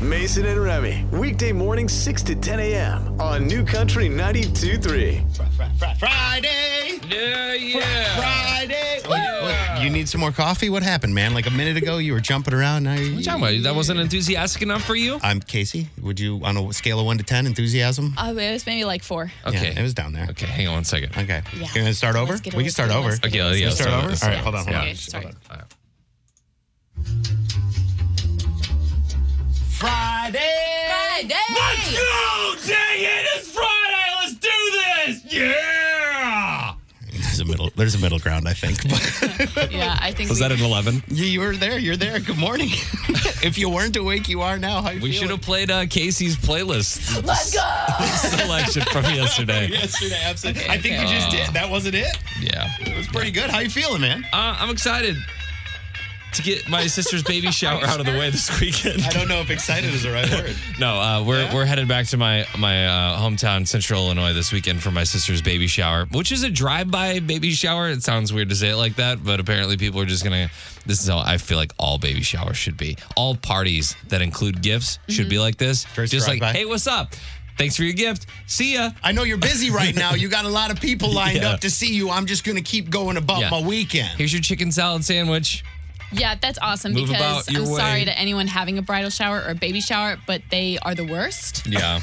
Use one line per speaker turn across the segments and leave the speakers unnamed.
Mason and Remy, weekday morning 6 to 10 a.m. on New Country 92.3.
Fri- fri- fri- Friday.
Yeah,
Fri-
yeah.
Friday.
Yeah.
What, you need some more coffee? What happened, man? Like a minute ago, you were jumping around. Now you're
What you talking about? That wasn't enthusiastic enough for you?
I'm Casey. Would you, on a scale of one to ten, enthusiasm?
Uh, it was maybe like four.
Okay.
Yeah, it was down there.
Okay, hang on one second.
Okay.
Yeah.
You gonna start
Let's
over?
get
We
over
can start
to it.
over.
Let's get
Okay, yeah,
Start
so-
over.
so-
All right, hold on, hold
Yeah,
on.
sorry.
Hold
All
on.
right.
Friday.
Friday!
Oh, dang it! It's Friday! Let's do this! Yeah!
There's a middle. There's a middle ground, I think. But
Yeah, I think
Was
we,
that an 11?
you, you were there. You're there. Good morning. if you weren't awake, you are now. How you
We should
feeling?
have played uh, Casey's playlist
Let's go!
selection from yesterday.
yesterday. Absolutely.
Okay,
I think
okay.
you just did. That wasn't it.
Yeah.
It was pretty good. How you feeling, man?
Uh, I'm excited to get my sister's baby shower out of the way this weekend.
I don't know if excited is the right word.
No, uh, we're
Yeah?
we're headed back to my my uh, hometown, Central Illinois, this weekend for my sister's baby shower, which is a drive-by baby shower. It sounds weird to say it like that, but apparently people are just gonna. This is how I feel like all baby showers should be. All parties that include gifts should be like this.
Mm-hmm. First
just like,
drive-by.
hey, what's up? Thanks for your gift. See ya.
I know you're busy right now. You got a lot of people lined
Yeah.
up to see you. I'm just going to keep going about
Yeah.
my weekend.
Here's your chicken salad sandwich.
Yeah, that's awesome
Move
because
about your
I'm
way.
sorry to anyone having a bridal shower or a baby shower, but they are the worst
Yeah.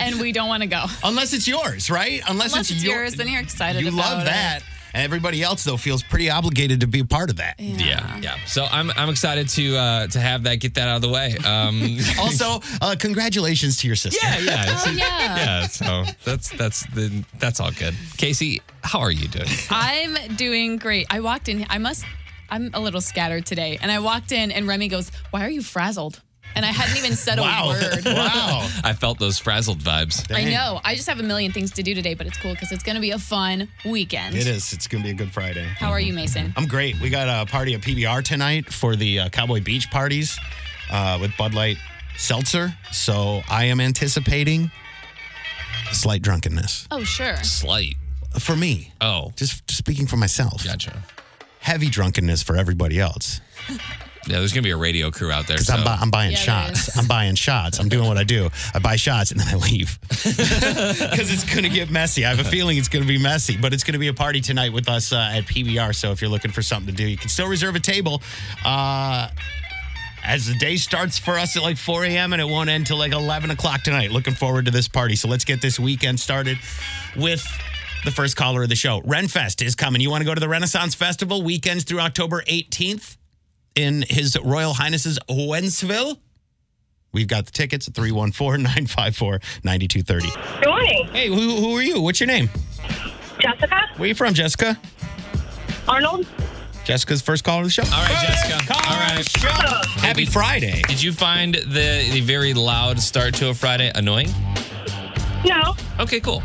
and we don't want to go.
Unless it's yours, right? Unless,
Unless it's
your-
yours, then you're excited
You
about
love
it.
that. And everybody else, though, feels pretty obligated to be a part of that.
yeah. Yeah. So I'm I'm excited to uh, to have that get that out of the way. Um,
Also, uh, congratulations to your sister.
yeah. Yeah.
Oh, yeah.
yeah, so that's that's the, that's all good. Casey, how are you doing?
I'm doing great. I walked in, I must, I'm a little scattered today. And I walked in and Remy goes, Why are you frazzled? And I hadn't even said a
Wow.
word.
wow.
I felt those frazzled vibes.
I
Dang.
know. I just have a million things to do today, but it's cool because it's going to be a fun weekend.
It is. It's going to be a good Friday.
How are you, Mason?
I'm great. We got a party at PBR tonight for the uh, Cowboy Beach parties uh, with Bud Light Seltzer. So I am anticipating slight drunkenness
Oh, sure.
Slight.
for me.
Oh,
Just speaking for myself.
gotcha.
Heavy drunkenness for everybody else.
Yeah, there's gonna be a radio crew out there.
'Cause
So.
I'm, bu- I'm buying
Yeah, there
shots.
is.
I'm buying shots. I'm doing what I do. I buy shots and then I leave. Because it's going to get messy. I have a feeling it's going to be messy, but it's going to be a party tonight with us uh, at PBR. So if you're looking for something to do, you can still reserve a table. Uh, as the day starts for us at like 4 a.m. and it won't end till like 11 o'clock tonight. Looking forward to this party. So let's get this weekend started with the first caller of the show. Renfest is coming. You want to go to the Renaissance Festival weekends through October 18th in His Royal Highness's Owensville? We've got the tickets at 314 954 9230.
Good morning,
Hey, who, who are you? What's your name?
Jessica,
Where you from, Jessica?
Arnold.
Jessica's first caller of the show.
all right, Jessica. All right.
Happy Friday.
Did you find the the very loud start to a Friday annoying?
No,
Okay, cool.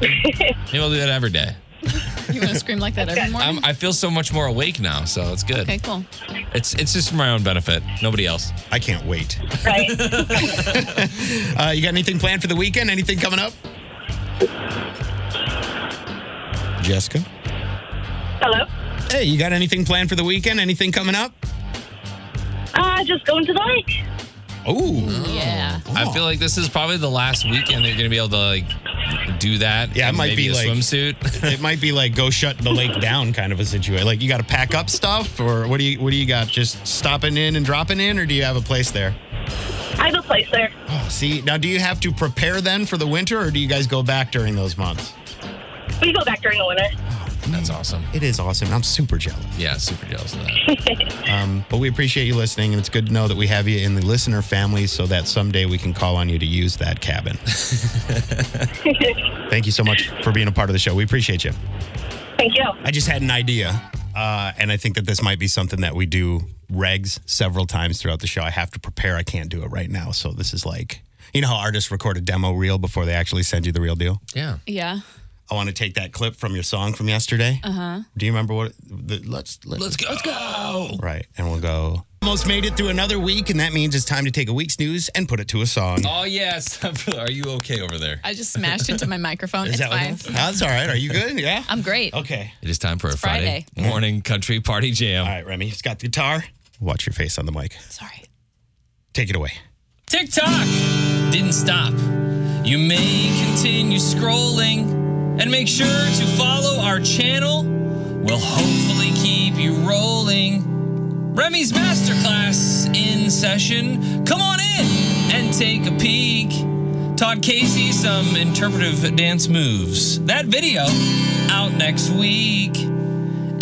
Maybe I'll do that every day.
You want to scream like that every morning?
I'm, I feel so much more awake now, so it's good.
okay, cool.
It's it's just for my own benefit, nobody else.
I can't wait.
right?
Uh, you got anything planned for the weekend? Anything coming up? Jessica?
Hello.
Hey, you got anything planned for the weekend? Anything coming up?
Uh, just going to the lake.
Oh.
Yeah.
I feel like this is probably the last weekend they're gonna be able to like do that.
Yeah, it
and
might
maybe
be
a
like-
swimsuit.
it might be like go shut the lake down kind of a situation. Like you got to pack up stuff or what do you what do you got? Just stopping in and dropping in or do you have a place there?
I have a place there.
Oh, see, now do you have to prepare then for the winter or do you guys go back during those months?
We go back during the winter.
That's awesome.
It is awesome. I'm super jealous.
Yeah, super jealous of that.
Um, but we appreciate you listening, and it's good to know that we have you in the listener family so that someday we can call on you to use that cabin. Thank you so much for being a part of the show. We appreciate you.
Thank you.
I just had an idea, uh, and I think that this might be something that we do regs several times throughout the show. I have to prepare. I can't do it right now. So this is like, you know how artists record a demo reel before they actually send you the real deal?
Yeah.
Yeah.
I want to take that clip from your song from yesterday. Uh
Uh-huh.
huh. Do you remember what? The, let's, let's
Let's go. Let's go.
Right. And we'll go. Almost made it through another week, and that means it's time to take a week's news and put it to a song.
Oh yes. Are you okay over there?
I just smashed into my microphone.
Is
it's
that what
fine.
it is? Oh, That's all right. Are you good? Yeah.
I'm great.
Okay.
It is time for a Friday,
Friday.
morning country party jam.
All right, Remy. It's got the guitar. Watch your face on the mic.
Sorry.
Take it away.
TikTok didn't stop. You may continue scrolling and make sure to follow our channel. We'll hopefully keep you rolling. Remy's masterclass in session. Come on in and take a peek. Todd Casey some interpretive dance moves. That video out next week.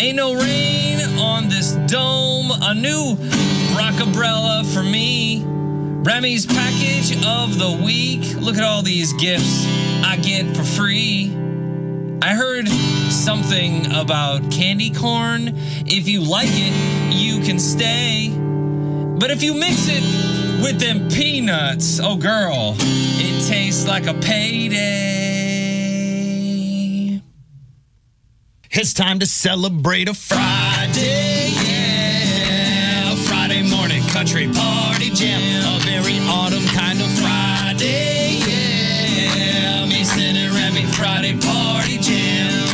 Ain't no rain on this dome. A new rockabrella for me. Remy's package of the week. Look at all these gifts I get for free. I heard something about candy corn. If you like it, you can stay. But if you mix it with them peanuts, oh girl, it tastes like a payday.
It's time to celebrate a Friday, yeah. A Friday morning country party jam. A very autumn kind of Friday, yeah. Me sitting around me Friday party jam.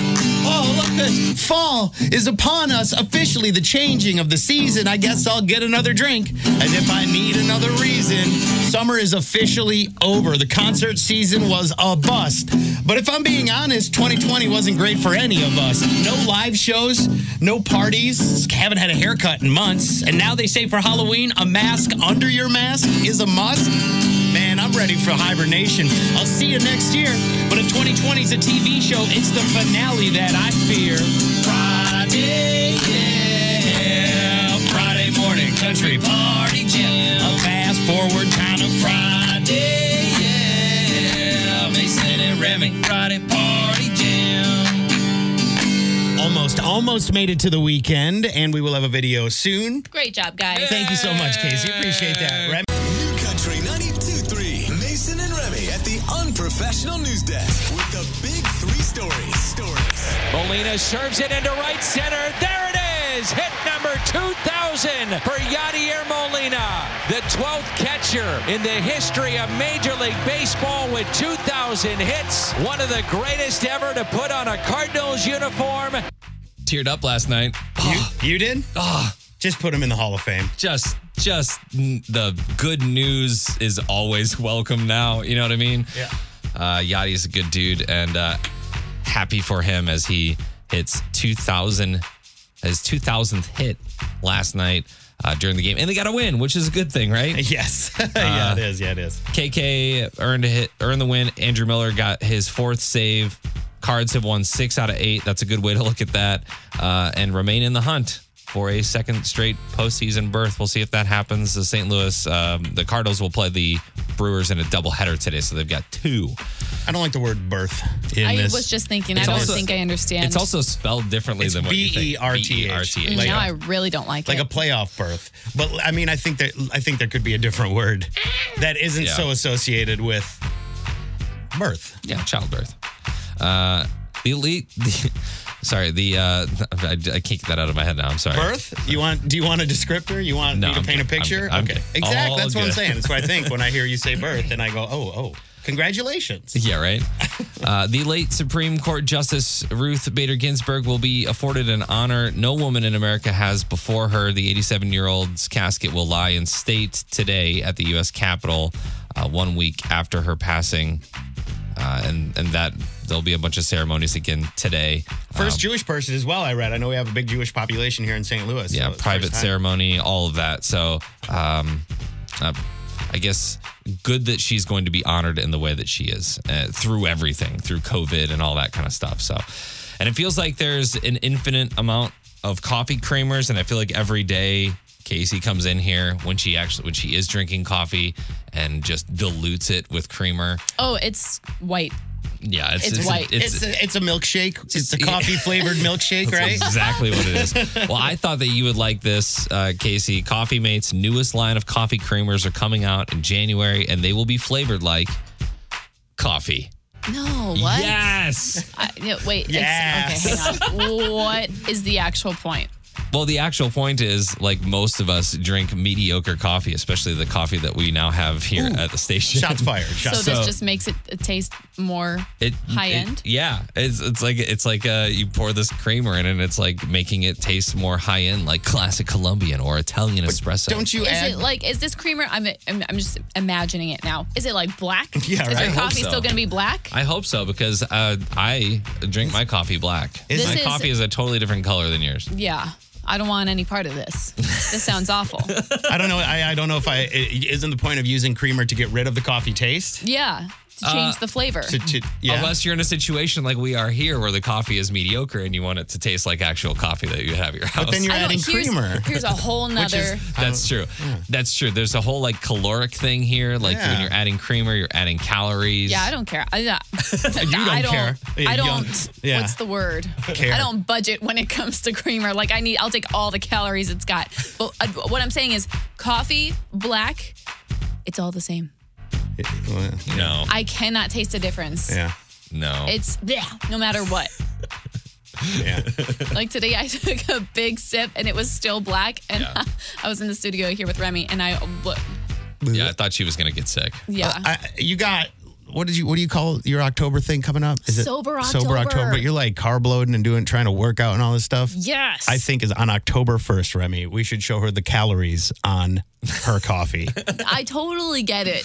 Oh, look, at- fall is upon us officially the changing of the season. I guess I'll get another drink as if I need another reason. Summer is officially over. The concert season was a bust. But if I'm being honest, 2020 wasn't great for any of us. No live shows, no parties, haven't had a haircut in months. And now they say for Halloween, a mask under your mask is a must. Man, I'm ready for hibernation. I'll see you next year. But if 2020's a TV show, it's the finale that I fear. Friday, yeah. Friday morning country party jam. A fast forward kind of Friday, yeah. Mason and Remy Friday party jam. Almost, almost made it to the weekend, and we will have a video soon.
Great job, guys.
Thank you so much, Casey. Appreciate that. Remy.
New Country 92.3. Mason and Remy at the Unprofessional News Desk with the big three stories. Stories.
Molina serves it into right center. There it is. Hit number 2,000 for Yadier Molina, the 12th catcher in the history of Major League Baseball with 2,000 hits. One of the greatest ever to put on a Cardinals uniform.
Teared up last night.
You, you did? Just put him in the Hall of Fame.
just just n- the good news is always welcome now. You know what I mean?
Yeah.
Uh, Yachty is a good dude, and uh, happy for him as he hits 2,000 his 2,000th hit last night uh, during the game, and they got a win, which is a good thing, right?
Yes. yeah, it is. Yeah, it is.
KK earned a hit, earned the win. Andrew Miller got his fourth save. Cards have won six out of eight. That's a good way to look at that, uh, and remain in the hunt for a second straight postseason berth. We'll see if that happens. The St. Louis, um, the Cardinals will play the Brewers in a doubleheader today, so they've got two.
I don't like the word birth in
I
this.
was just thinking. I
It's
don't
also-
think I understand.
It's also spelled differently
It's E
than what you think. E
B-E-R-T-H.
B-E-R-T-H.
Mm,
like
now
a-
I really don't like,
like
it.
a playoff birth, but I mean, I think that I think there could be a different word that isn't
Yeah.
so associated with birth.
Yeah, childbirth. Uh, the elite. The, sorry, the uh, I, I can't get that out of my head now. I'm sorry.
Birth? You want? Do you want a descriptor? You want
No,
me to
I'm
paint a
good. I'm
picture?
good. I'm
okay,
good.
exactly.
All
That's what I'm
good.
saying. That's what I think when I hear you say birth, and I go, oh, oh, congratulations.
Yeah, right. Uh, the late Supreme Court Justice Ruth Bader Ginsburg will be afforded an honor no woman in America has before her. The 87 year old's casket will lie in state today at the U.S. Capitol, uh, one week after her passing. Uh, and and that there'll be a bunch of ceremonies again today.
First Jewish person as well. I read. I know we have a big Jewish population here in St. Louis. so
yeah,
it's the
private
first time.
ceremony, all of that. So, um, uh, I guess good that she's going to be honored in the way that she is uh, through everything, through COVID and all that kind of stuff. So, and it feels like there's an infinite amount of coffee creamers, and I feel like every day. Casey comes in here when she actually when she is drinking coffee and just dilutes it with creamer.
oh, it's white.
Yeah,
It's white.
It's a, it's a milkshake. It's a coffee flavored milkshake, right?
That's exactly what it is. Well, I thought that you would like this, uh, Casey. Coffee Mate's newest line of coffee creamers are coming out in January, and they will be flavored like coffee.
No, what?
Yes.
I, no, wait. it's-
Yes.
okay, hang on. what is the actual point?
Well, the actual point is like most of us drink mediocre coffee, especially the coffee that we now have here at the station.
Shots fired. Shots
So,
So-
this just makes it it taste more
It-
high
it-
end.
Yeah, it's it's like it's like uh, you pour this creamer in, and it's like making it taste more high end, like classic Colombian or Italian espresso.
Don't you
Is
add?
it like is this creamer? I'm, I'm I'm just imagining it now. Is it like black?
Yeah,
Is
right. I
your
hope
coffee
so.
still gonna be black?
I hope so because uh, I drink my coffee black.
This
my
is-
coffee is a totally different color than yours.
yeah. I don't want any part of this. This sounds awful.
I don't know. I, I don't know if I i- isn't the point of using creamer to get rid of the coffee taste.
Yeah. To change the flavor.
Uh, To, to, yeah.
Unless you're in a situation like we are here where the coffee is mediocre and you want it to taste like actual coffee that you have at your house.
but then you're
I don't-
adding
here's,
creamer.
Here's a whole
Which is-
nother.
that's true. That's true. There's a whole like caloric thing here. Like
Hmm. Yeah.
when you're adding creamer, you're adding calories.
Yeah, I don't care. I, I,
don't
I don't
care. Yeah,
I
you
don't.
don't- yeah.
What's the word?
Care.
I don't budget when it comes to creamer. Like I need, I'll take all the calories it's got. But uh, what I'm saying is, coffee, black, it's all the same.
No.
I cannot taste a difference.
yeah.
no.
It's yeah, no matter what.
Yeah.
like today, I took a big sip and it was still black. And
Yeah.
I was in the studio here with Remy, and I,
yeah, I thought she was gonna get sick.
yeah.
Uh, I, you got what did you what do you call your October thing coming up? Is
Sober
Sober October.
October.
You're like carb loading and doing trying to work out and all this stuff.
yes.
I think is on October 1st, Remy. We should show her the calories on her coffee.
I totally get it.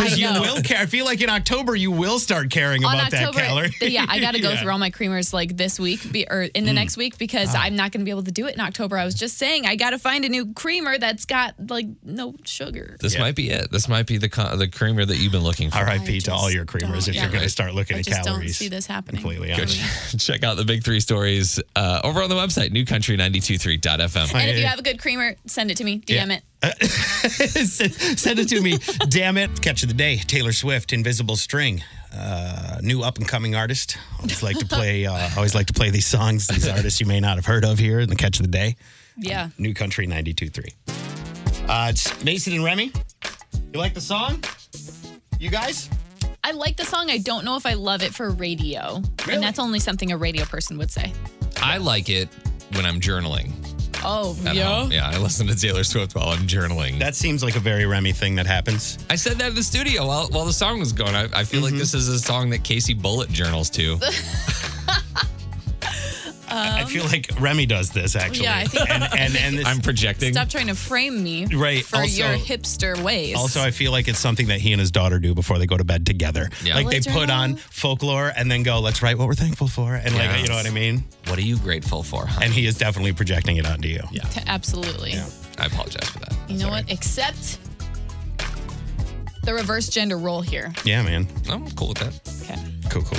I
you
know.
will care. I feel like in October you will start caring
on
about
October,
that calorie.
th- yeah, I got to go
Yeah. Mm. Ah.
through all my creamers like this week be, or in the next week because I'm not going to be able to do it in October. I was just saying I got to find a new creamer that's got like no sugar.
This might be it. This might be the co- the creamer that you've been looking for.
R.I.P.
I
to all
just
your creamers
don't-
if
yeah.
you're going to start looking
I
at
just don't
calories.
see this happening.
Completely.
Good.
honest.
Check out the big three stories uh, over on the website, newcountry923.fm.
And if you have a good creamer, send it to me. DM
Yeah.
it.
Send it to me. Damn it. Catch of the day Taylor Swift, Invisible String. Uh, new up and coming artist. Always like to play. Uh, always like to play these songs. These artists you may not have heard of here in the catch of the day.
Yeah.
New Country 92.3. Uh, it's Mason and Remy. You like the song? You guys?
I like the song. I don't know if I love it for radio.
Really?
And that's only something a radio person would say.
I like it when I'm journaling.
Oh,
at
yeah.
home. Yeah, I listen to Taylor Swift while I'm journaling.
That seems like a very Remy thing that happens.
I said that in the studio while, while the song was going. I, I feel
Mm-hmm.
like this is a song that Casey Bullet journals to.
I feel like Remy does this actually.
Um, Yeah, I think-
and and, and this,
I'm projecting.
Stop trying to frame me
Right,
for
also-
your hipster ways.
Also, I feel like it's something that he and his daughter do before they go to bed together.
Yeah.
Like
Will
they
it
put
journal?
on folklore and then go, let's write what we're thankful for. And like,
Yes.
you know what I mean?
What are you grateful for? Huh?
And he is definitely projecting it onto you.
yeah,
Absolutely.
I apologize for that.
You know what? Except the reverse gender role here.
Yeah, man.
I'm cool with that.
Okay.
Cool, cool.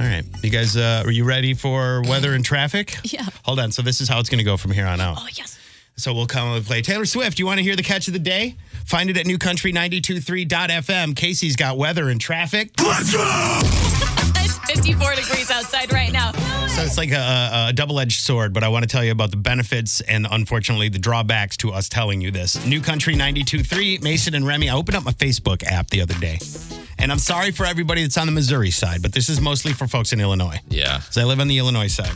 All right. You guys, uh, are you ready for weather and traffic?
Yeah.
Hold on. So this is how it's going to go from here on out.
Oh, yes.
So we'll come and play Taylor Swift. You want to hear the catch of the day? Find it at newcountry923.fm. Casey's got weather and traffic.
It's 54 degrees outside right now.
So it's like a, a double edged sword, but I want to tell you about the benefits and unfortunately the drawbacks to us telling you this. New Country 92.3, Mason and Remy. I opened up my Facebook app the other day, and I'm sorry for everybody that's on the Missouri side, but this is mostly for folks in Illinois.
Yeah.
So I live on the Illinois side.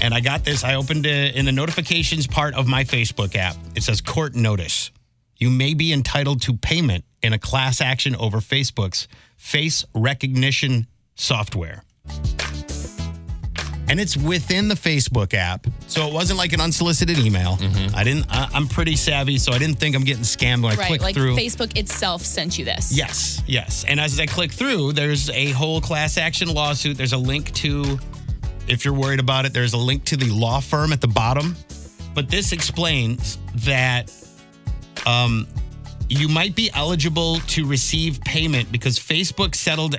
And I got this, I opened it in the notifications part of my Facebook app. It says court notice. You may be entitled to payment in a class action over Facebook's face recognition software. And it's within the Facebook app. So it wasn't like an unsolicited email. I didn't, I, I'm pretty savvy, so I didn't think I'm getting scammed when I
Mm-hmm. Right.
clicked
Like
through.
Facebook itself sent you this.
Yes, yes. And as I click through, there's a whole class action lawsuit. There's a link to, if you're worried about it, there's a link to the law firm at the bottom. But this explains that um, you might be eligible to receive payment because Facebook settled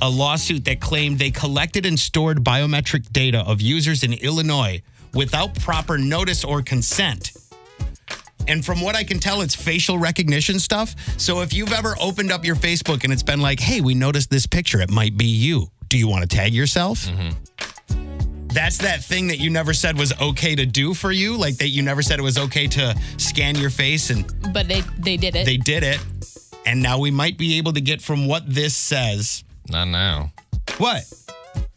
a lawsuit that claimed they collected and stored biometric data of users in Illinois without proper notice or consent. And from what I can tell, it's facial recognition stuff. So if you've ever opened up your Facebook and it's been like, hey, we noticed this picture, it might be you. Do you want to tag yourself? That's that thing that you never said was okay to do for you, like that you never said it was okay to scan your face and
But they, they did it.
they did it. And now we might be able to get from what this says.
Not now.
What?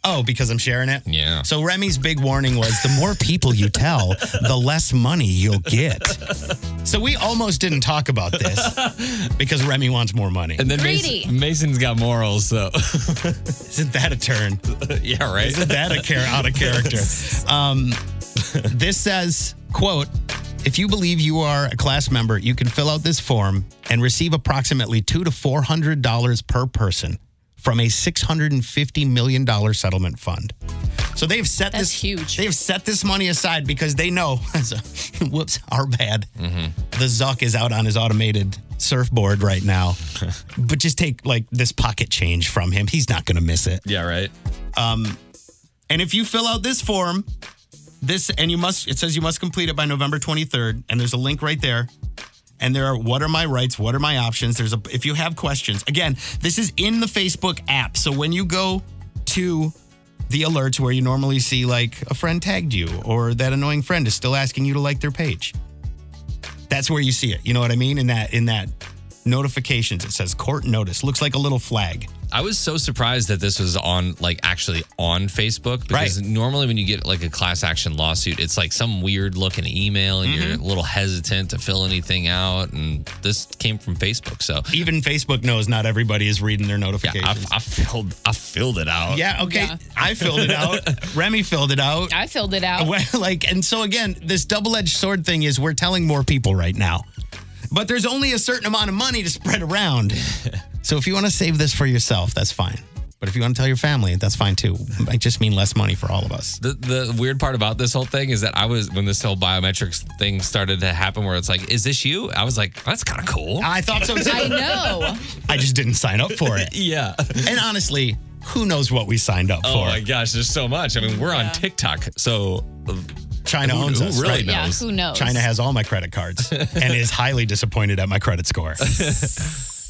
Oh, because I'm sharing it?
Yeah.
So Remy's big warning was the more people you tell, the less money you'll get. So we almost didn't talk about this because Remy wants more money.
And then
Greedy.
Mason, Mason's got morals, so
Isn't that a turn?
yeah, right.
Isn't that a char- out of character? Um, this says, quote, if you believe you are a class member, you can fill out this form and receive approximately two to four hundred dollars per person from a six hundred and fifty million dollar settlement fund. So they've set
That's
this
huge.
They've set this money aside because they know, whoops, our bad. The Zuck is out on his automated surfboard right now, but just take like this pocket change from him. He's not going to miss it.
Yeah, right.
And if you fill out this form, this and you must it says you must complete it by November 23rd and there's a link right there. And there are what are my rights? What are my options? There's a if you have questions. Again, this is in the Facebook app. So when you go to the alerts where you normally see like a friend tagged you or that annoying friend is still asking you to like their page. That's where you see it. You know what I mean? In that in that notifications it says court notice. Looks like a little flag.
I was so surprised that this was on like actually on Facebook because
Right.
normally when you get like a class action lawsuit, it's like some weird looking email and
Mm-hmm.
you're a little hesitant to fill anything out. And this came from Facebook, so
Even Facebook knows not everybody is reading their
yeah,
notifications.
I, I filled I filled it out.
Yeah, okay.
Yeah.
I filled it out. Remy filled it out.
I filled it out.
Well, like, and so again, this double-edged sword thing is we're telling more people right now. But there's only a certain amount of money to spread around. so if you want to save this for yourself, that's fine. But if you want to tell your family, that's fine too. I just mean less money for all of us.
The, the weird part about this whole thing is that I was when this whole biometrics thing started to happen, where it's like, "Is this you?" I was like, "That's kind of cool."
I thought so
I
too.
know.
I just didn't sign up for it.
yeah.
And honestly, who knows what we signed up
Oh
for?
my gosh, there's so much. I mean, we're on
Yeah.
TikTok, so
China
Who-
owns
who
us.
really
right?
knows?
Yeah, who knows?
China has all my credit cards and is highly disappointed at my credit score.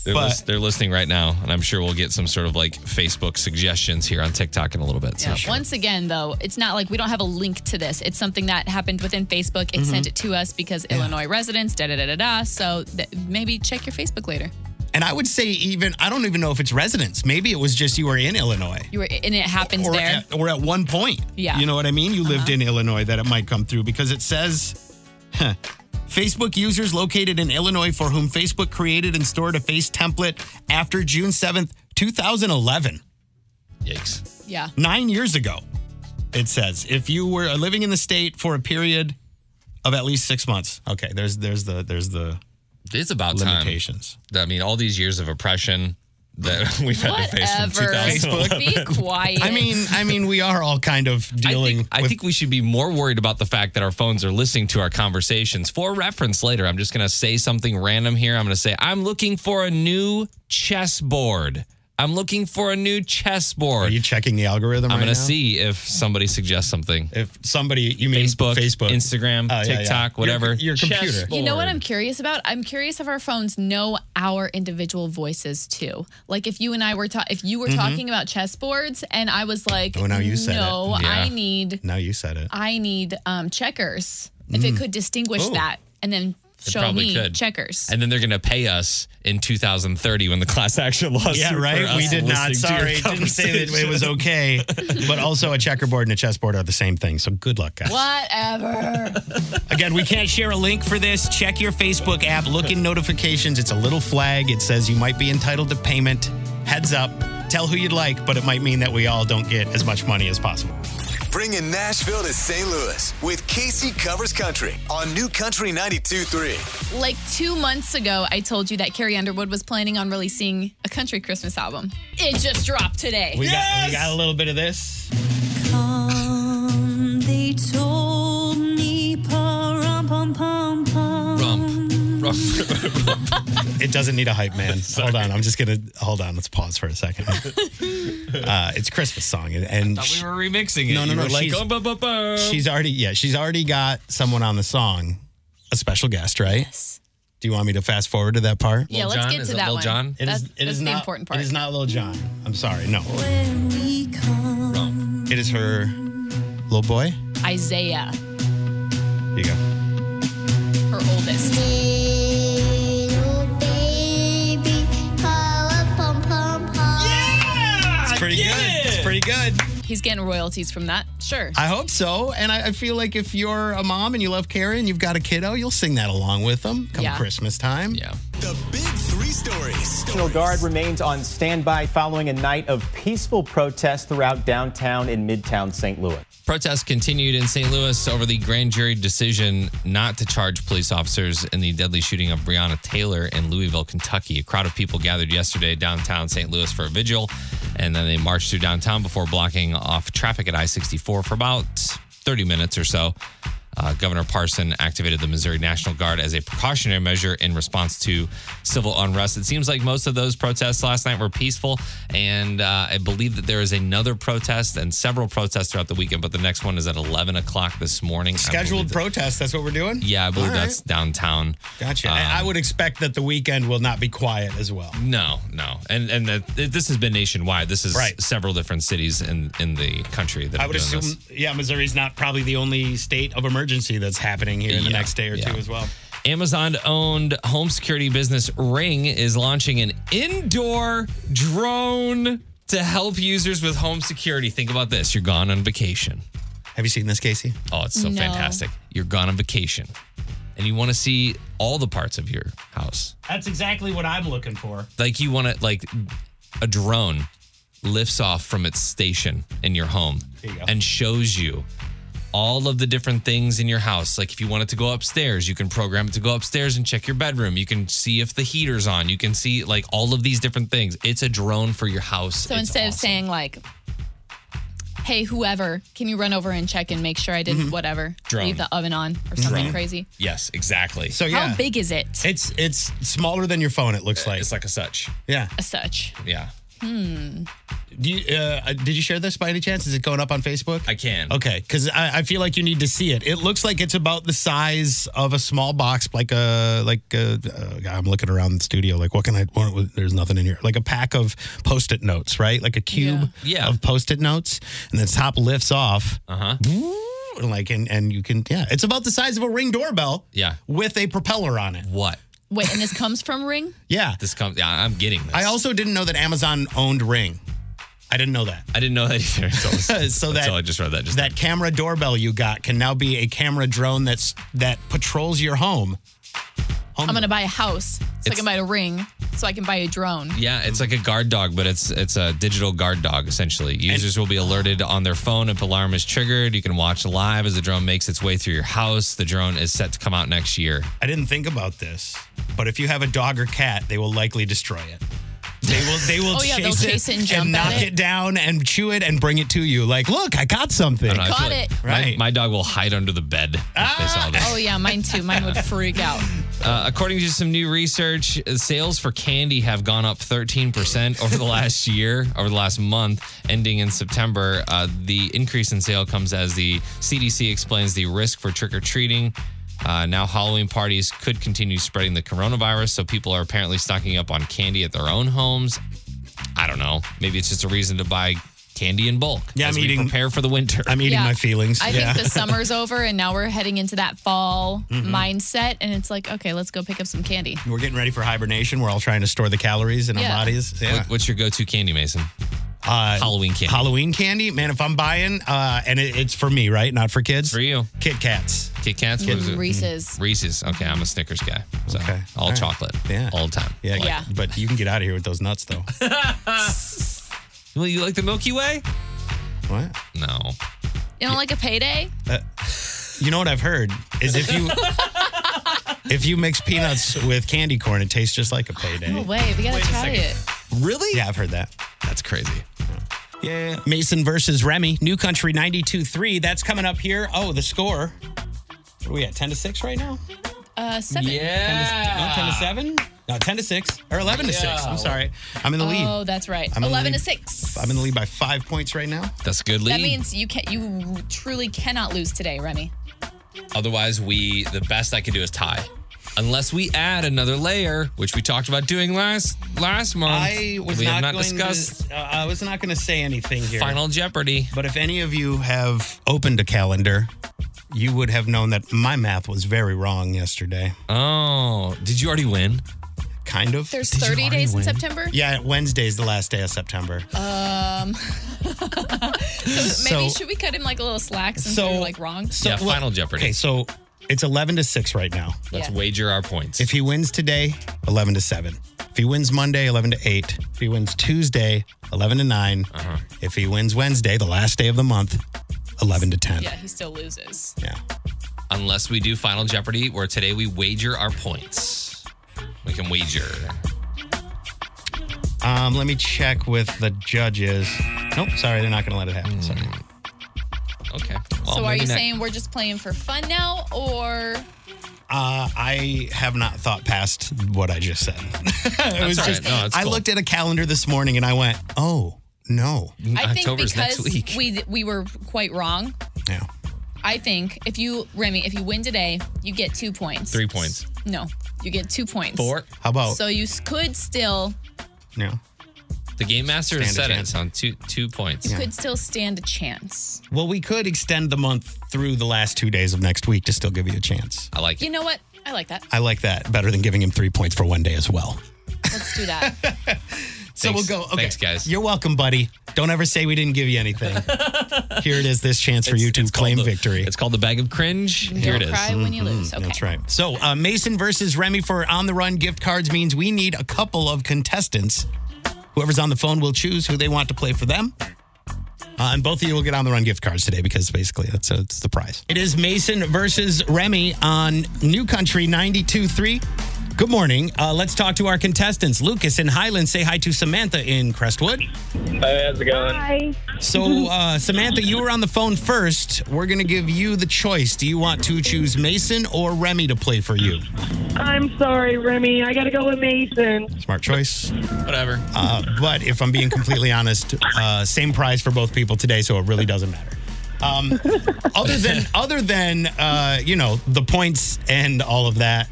They're,
But-
lis- they're listening right now, and I'm sure we'll get some sort of like Facebook suggestions here on TikTok in a little bit. So.
Yeah. Once again, though, it's not like we don't have a link to this. It's something that happened within Facebook.
Mm-hmm.
It sent it to us because Illinois residents, da da da da da. So th- maybe check your Facebook later.
And I would say even I don't even know if it's residents. Maybe it was just you were in Illinois.
You were, and it happens
Or
there.
at, or at one point.
Yeah. Uh-huh.
You know what I mean? You lived in Illinois that it might come through because it says huh, Facebook users located in Illinois for whom Facebook created and stored a face template after June 7th, 2011.
Yikes.
yeah.
9 years ago. It says if you were living in the state for a period of at least 6 months. Okay, there's there's the there's the
It's about
limitations.
time. I mean, all these years of oppression that we've had to face from 2000.
Whatever. Be quiet.
I mean, I mean, we are all kind of
I
dealing
think, I
with
think we should be more worried about the fact that our phones are listening to our conversations for reference later. I'm just going to say something random here. I'm going to say, I'm looking for a new chessboard. I'm looking for a new chessboard.
Are you checking the algorithm?
I'm
right
going to
now?
see if somebody suggests something.
if somebody you mean
Facebook,
Facebook,
Instagram,
Oh, yeah, yeah.
TikTok,
Your-
whatever.
your computer.
Chessboard.
You know what I'm curious about? I'm curious if our phones know our individual voices too. Like if you and I were ta- if you were talking about chessboards and I was like,
Mm-hmm. Oh, now you said it.
no,
Yeah.
I need
Now you said it.
I need um, checkers. If it could distinguish
Mm. Ooh.
that and then show
probably
me
could.
checkers.
And then they're going to pay us in 2030 when the class action lawsuit.
Yeah, right.
for
We
us
did not.
listening to your
Sorry, didn't say that it was
conversation.
okay. but also, a checkerboard and a chessboard are the same thing. So good luck, guys.
Whatever.
Again, we can't share a link for this. Check your Facebook app. Look in notifications. It's a little flag. It says you might be entitled to payment. Heads up. Tell who you'd like, but it might mean that we all don't get as much money as possible.
Bringing Nashville to St. Louis with Casey Covers Country on New Country 92.3.
like two months ago, I told you that Carrie Underwood was planning on releasing a country Christmas album. It just dropped today.
We got we got a little bit of this.
Um, they told me, pum pum pum pum.
Rump. Rump.
It doesn't need a hype man. hold on, I'm just gonna hold on. Let's pause for a second. uh, it's Christmas song, and, and
Thought
sh-
we were remixing it.
No, no,
You
no,
were Like,
she's-
oh, bu- bu- bu.
she's already yeah, she's already got someone on the song, a special guest, right?
Yes.
Do you want me to fast forward to that part?
Yeah, let's
John?
get
Is
to
it
that
Lil
one.
Jon?
It
that's
is. It
that's
is
the
not
important part.
It is not Lil John. I'm sorry. No,
When we come,
it is her little boy.
Isaiah,
Here you go.
her oldest.
little baby, pum pum pum pum.
It's pretty good. It's pretty good.
he's getting royalties from that. Sure.
I hope so. And I, I feel like if you're a mom and you love Kara and you've got a kiddo, you'll sing that along with them come
Yeah.
Christmas time.
Yeah.
The Big Three Stories.
National Guard remains on standby following a night of peaceful protests throughout downtown and midtown St. Louis.
Protests continued in St. Louis over the grand jury decision not to charge police officers in the deadly shooting of Breonna Taylor in Louisville, Kentucky. A crowd of people gathered yesterday downtown St. Louis for a vigil, and then they marched through downtown before blocking off traffic at I 64 for about 30 minutes or so. Uh, Governor Parson activated the Missouri National Guard as a precautionary measure in response to civil unrest. It seems like most of those protests last night were peaceful, and uh, I believe that there is another protest and several protests throughout the weekend, but the next one is at 11 o'clock this morning. I
Scheduled
believe that-
protest. That's what we're doing?
yeah, I believe
All right.
that's um, downtown.
Gotcha. And I would expect that the weekend will not be quiet as well.
No, no, and and the, this has been nationwide. This is
Right.
several different cities in in the country that
I
are
would
doing
assume,
this.
yeah, Missouri's not probably the only state of emergency that's happening here in the
Yeah,
next day or
yeah.
two as well.
Amazon owned home security business Ring is launching an indoor drone to help users with home security. Think about this you're gone on vacation.
Have you seen this, Casey?
Oh, it's so
No.
fantastic. You're gone on vacation and you want to see all the parts of your house.
That's exactly what I'm looking for.
Like, you want to, like, a drone lifts off from its station in your home
There you go.
and shows you all of the different things in your house. Like if you want it to go upstairs, you can program it to go upstairs and check your bedroom. You can see if the heater's on. You can see like all of these different things. It's a drone for your house.
So
It's
instead of
awesome.
saying like, "Hey, whoever, can you run over and check and make sure I
Mm-hmm.
didn't whatever
Drone.
leave the oven on or something crazy"?
yes, exactly.
So Oh, yeah,
How big is it?
It's it's smaller than your phone. It looks like.
it's like a such.
yeah.
As such.
Yeah,
Do you, uh, did you share this by any chance? Is it going up on Facebook?
I can.
Okay, because I, I feel like you need to see it. It looks like it's about the size of a small box, like a like a. Uh, I'm looking around the studio, like what can I? What, there's nothing in here. Like a pack of post-it notes, right? Like a cube
Yeah. Uh-huh. Yeah.
of post-it notes, and the top lifts off. Uh huh. Like and and you can yeah, it's about the size of a ring doorbell.
Yeah.
with a propeller on it.
What?
Wait, and this comes from Ring?
Yeah.
This comes. Yeah, I'm getting this.
I also didn't know that Amazon owned Ring. I didn't know that.
I didn't know that either. until-
So that-
until I just read that. Just
that camera doorbell you got can now be a camera drone that's that patrols your home. home
I'm gonna buy a house so I
It's-
can buy a ring so I can buy a drone.
Yeah, it's like a guard dog, but it's it's a digital guard dog essentially. Users will be alerted on their phone if alarm is triggered. You can watch live as the drone makes its way through your house. The drone is set to come out next year.
I didn't think about this, but if you have a dog or cat, they will likely destroy it. They will they will
Oh, yeah, they'll
chase, it
chase it and jump at
knock
it.
it. down and chew it and bring it to you. Like, look, I got something.
I feel
Caught
like
it.
My,
Right.
my dog will hide under the bed if they saw this.
Oh yeah, mine too. Mine would freak out.
Uh, according to some new research, uh, sales for candy have gone up 13% over the last year, over the last month, ending in September. Uh, the increase in sale comes as the CDC explains the risk for trick or treating. Uh, now, Halloween parties could continue spreading the coronavirus, so people are apparently stocking up on candy at their own homes. I don't know. Maybe it's just a reason to buy candy in bulk.
Yeah,
as
I'm
we
eating-
Prepare for the winter.
I'm eating
Yeah.
my feelings.
I
yeah. Mm-hmm.
think the summer's over and now we're heading into that fall mindset and it's like, okay, let's go pick up some candy.
We're getting ready for hibernation. We're all trying to store the calories in
Yeah.
our bodies. Yeah.
What- what's your go-to candy, Mason?
Uh,
Halloween candy.
Halloween candy, man. If I'm buying, uh, and it, it's for me, right? Not for kids.
For you.
Kit Kats.
Kit Kats? What is it? Mm-hmm.
Reese's.
Reese's. Okay, I'm a Snickers guy. So
Okay.
all,
All right.
chocolate.
Yeah.
All the time.
Yeah,
Like-
Yeah.
but you can get out of here with those nuts, though.
Well, you like the Milky Way?
what?
No.
You know, like a payday?
You know what I've heard is if you if you mix peanuts with candy corn, it tastes just like a payday.
No way. We gotta try it.
Oh, Really?
Yeah, I've heard that.
That's crazy.
Yeah. Mason versus Remy, New Country 92-3. That's coming up here. Oh, the score. What are we at? 10 to 6 right now?
Uh, seven.
No, 10 to 7? No, 10 to 6. Or 11 to 6. I'm sorry. I'm in the
Oh,
lead.
that's right.
I'm gonna
Eleven to
leave-
six.
I'm in the lead by five points right now.
That's a good lead.
that means you can you truly cannot lose today, Remy.
Otherwise, we the best I could do is tie. Unless we add another layer, which we talked about doing last last month.
I was
Um, we
not,
have not
going
discussed
to. Uh, I was not going to say anything here.
Final Jeopardy.
But if any of you have opened a calendar, you would have known that my math was very wrong yesterday.
Oh, did you already win?
kind of.
There's
you
30
already
days in
win?
September.
yeah, Wednesday's the last day of September.
So
so-
maybe should we cut him like a little slack since we
so
were like wrong?
So
Yeah, Final Jeopardy.
Okay, so it's eleven to six right now.
Let's
Yeah.
wager our points.
If he wins today, 11 to 7. If he wins Monday, 11 to 8. If he wins Tuesday, 11 to 9.
Uh-huh.
If he wins Wednesday, the last day of the month, 11 to 10.
yeah, he still loses.
Yeah.
Unless we do Final Jeopardy, where today we wager our points. We can wager.
Um, let me check with the judges. Nope, sorry, they're not going to let it happen. Sorry.
Okay. Well,
so are
maybe
you
not-
saying we're just playing for fun now or
Uh, I have not thought past what I just said. it was
all right.
just,
No, it's
I
cool.
looked at a calendar this morning and I went, oh, no.
I think
October's
because
next week.
we we were quite wrong.
Yeah.
I think if you Remy, if you win today, you get 2 points.
Three points.
No, you get 2 points.
Four. Oh.
How about,
So you s- could still
no.
The game master has
Stand
said
a
it.
chance.
It's on two two points.
you could still stand a chance.
Well, we could extend the month through the last two days of next week to still give you a chance.
I like it.
You know what? I like that.
I like that better than giving him three points for one day as well.
Let's do that.
Thanks.
So we'll go. Okay.
Thanks, guys.
You're welcome, buddy. Don't ever say we didn't give you anything. Here it is, this chance for you to
called
claim
the-
victory.
It's called the bag of cringe. Here it
Don't
is. Mm-hmm.
cry when you lose. Okay.
That's right. So uh, Mason versus Remy for on the run gift cards means we need a couple of contestants. Whoever's on the phone will choose who they want to play for them. Uh, and both of you will get on the run gift cards today because basically that's, uh that's the prize. It is Mason versus Remy on New Country 92.3. Good morning. Uh, let's talk to our contestants. Lucas in Highland, say hi to Samantha in Crestwood.
Hey, how's it going?
Hi.
So, uh, Samantha, you were on the phone first. We're going to give you the choice. Do you want to choose Mason or Remy to play for you?
I'm sorry, Remy. I got to go with Mason.
Smart choice.
Whatever.
Uh, but if I'm being completely honest, uh, same prize for both people today, so it really doesn't matter. Um, other than other than uh, you know the points and all of that,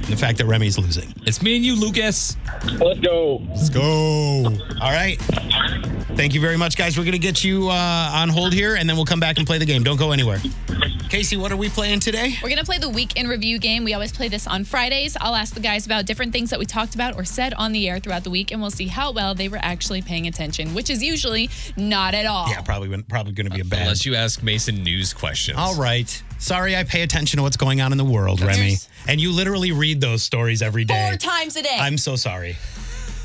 and the fact that Remy's losing.
It's me and you, Lucas.
Let's go.
Let's go. All right. Thank you very much, guys. We're gonna get you uh, on hold here, and then we'll come back and play the game. Don't go anywhere. Casey, what are we playing today?
We're going to play the week in review game. We always play this on Fridays. I'll ask the guys about different things that we talked about or said on the air throughout the week, and we'll see how well they were actually paying attention, which is usually not at all.
Yeah, probably probably going to be a bad.
Unless you ask Mason news questions.
All right. Sorry, I pay attention to what's going on in the world, Remy.
There's-
And you literally read those stories every day.
Four times a day.
I'm so sorry.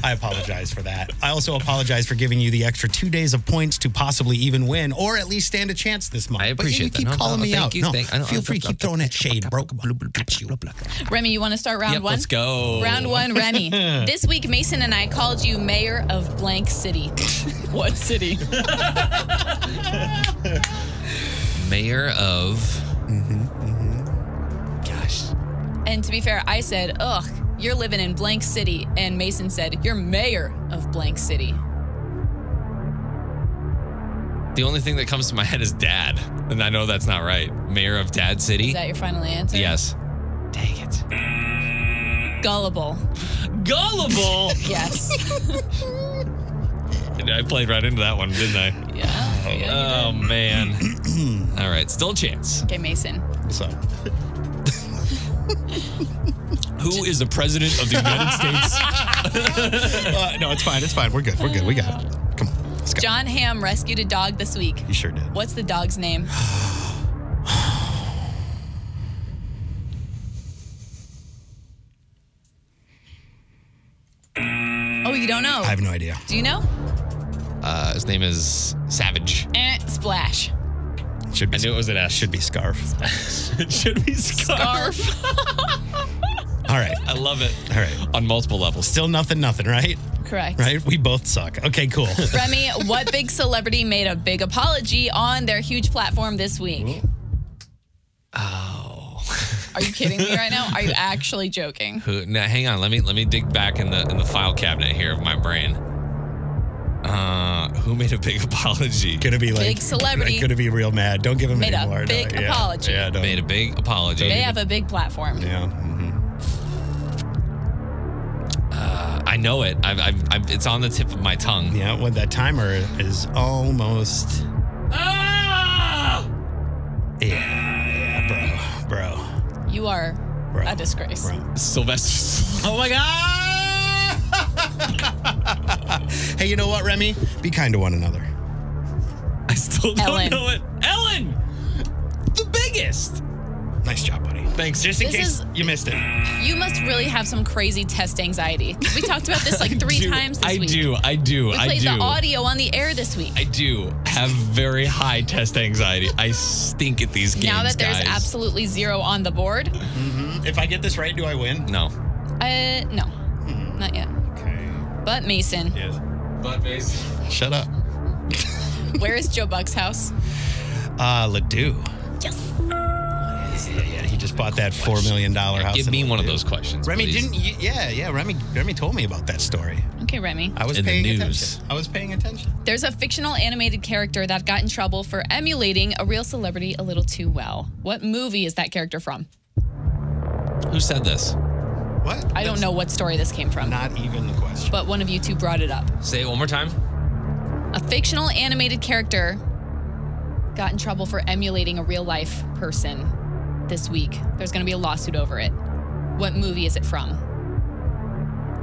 I apologize for that. I also apologize for giving you the extra two days of points to possibly even win or at least stand a chance this month.
I
But you-
appreciate
you
that.
keep
No,
calling
no,
me
thank
out.
you,
no,
thank- I know,
feel
I'm-
free to
I'm-
keep throwing that shade, bro. Come on, got you.
Remy, you want to start round
Yep,
one?
let's go.
Round one, Remy. this week, Mason and I called you mayor of blank city. what city?
Mayor of. Gosh.
And to be fair, I said, ugh, you're living in blank city. And Mason said, you're mayor of blank city.
The only thing that comes to my head is dad. And I know that's not right. Mayor of Dad City?
Is that your final answer?
yes. Dang it.
Gullible.
Gullible.
Yes.
I played right into that one, didn't I?
yeah. yeah, you did.
Oh, man. All right. Still a chance.
Okay, Mason.
So, uh,
Who is the president of the United States?
uh, no, it's fine. It's fine. We're good. We're good. We got it. Come on. Let's go.
John Ham rescued a dog this week.
You sure did.
What's the dog's name? Oh, you don't know?
I have no idea.
Do you know?
Uh, his name is Savage.
Eh, splash.
It should be.
I knew it was an S.
should be scarf.
it should be Scarf.
Scarf.
All right.
I love it.
All right.
On multiple levels.
Still nothing. Nothing. Right.
Correct.
Right. We both suck. Okay. Cool.
Remy, what big celebrity made a big apology on their huge platform this week? Oh. Are you kidding me right now? Are you actually joking?
Who, now, hang on. Let me let me dig back in the in the file cabinet here of my brain. Uh, who made a big apology?
Gonna be like
Big celebrity.
Gonna be real mad. Don't give him
Made a
any more.
big
yeah.
apology.
Yeah. Don't.
Made a big apology.
They have a big platform.
yeah. mhm.
I know it. I've, I've, I've, it's on the tip of my tongue.
Yeah, when that timer is almost. Yeah, yeah, bro, bro,
You are
bro.
a disgrace.
Bro.
Sylvester. Oh my God!
Hey, you know what, Remy? Be kind to one another.
I still don't
Ellen.
know it. Ellen, the biggest.
Nice job, buddy. Thanks. Just in
This
case
is-
you missed it.
You must really have some crazy test anxiety. We talked about this like three
I do,
times this
I
week.
do. I do.
We
I
played
do.
the audio on the air this week.
I do have very high test anxiety. I stink at these games.
now that there's
guys.
absolutely zero on the board,
Hmm, If I get this right, do I win?
no.
uh, no,
Mm-hmm.
not yet.
Okay.
But Mason,
Yes.
Butt face.
Shut up.
where is Joe Buck's house?
Uh, Ledoux.
Yes.
Yeah, he just bought that $4 million house.
Give
in
me one of
Ledoux.
those questions.
Remy,
please.
didn't you? Yeah, yeah. Remy, Remy told me about that story.
Okay, Remy.
I was
In the
paying
news.
attention. I was paying attention.
There's a fictional animated character that got in trouble for emulating a real celebrity a little too well. What movie is that character from?
Who said this?
What?
I don't
That's
know what story this came from,
Not even the question.
but one of you two brought it up.
Say it one more time.
A fictional animated character got in trouble for emulating a real life person this week. There's going to be a lawsuit over it. What movie is it from?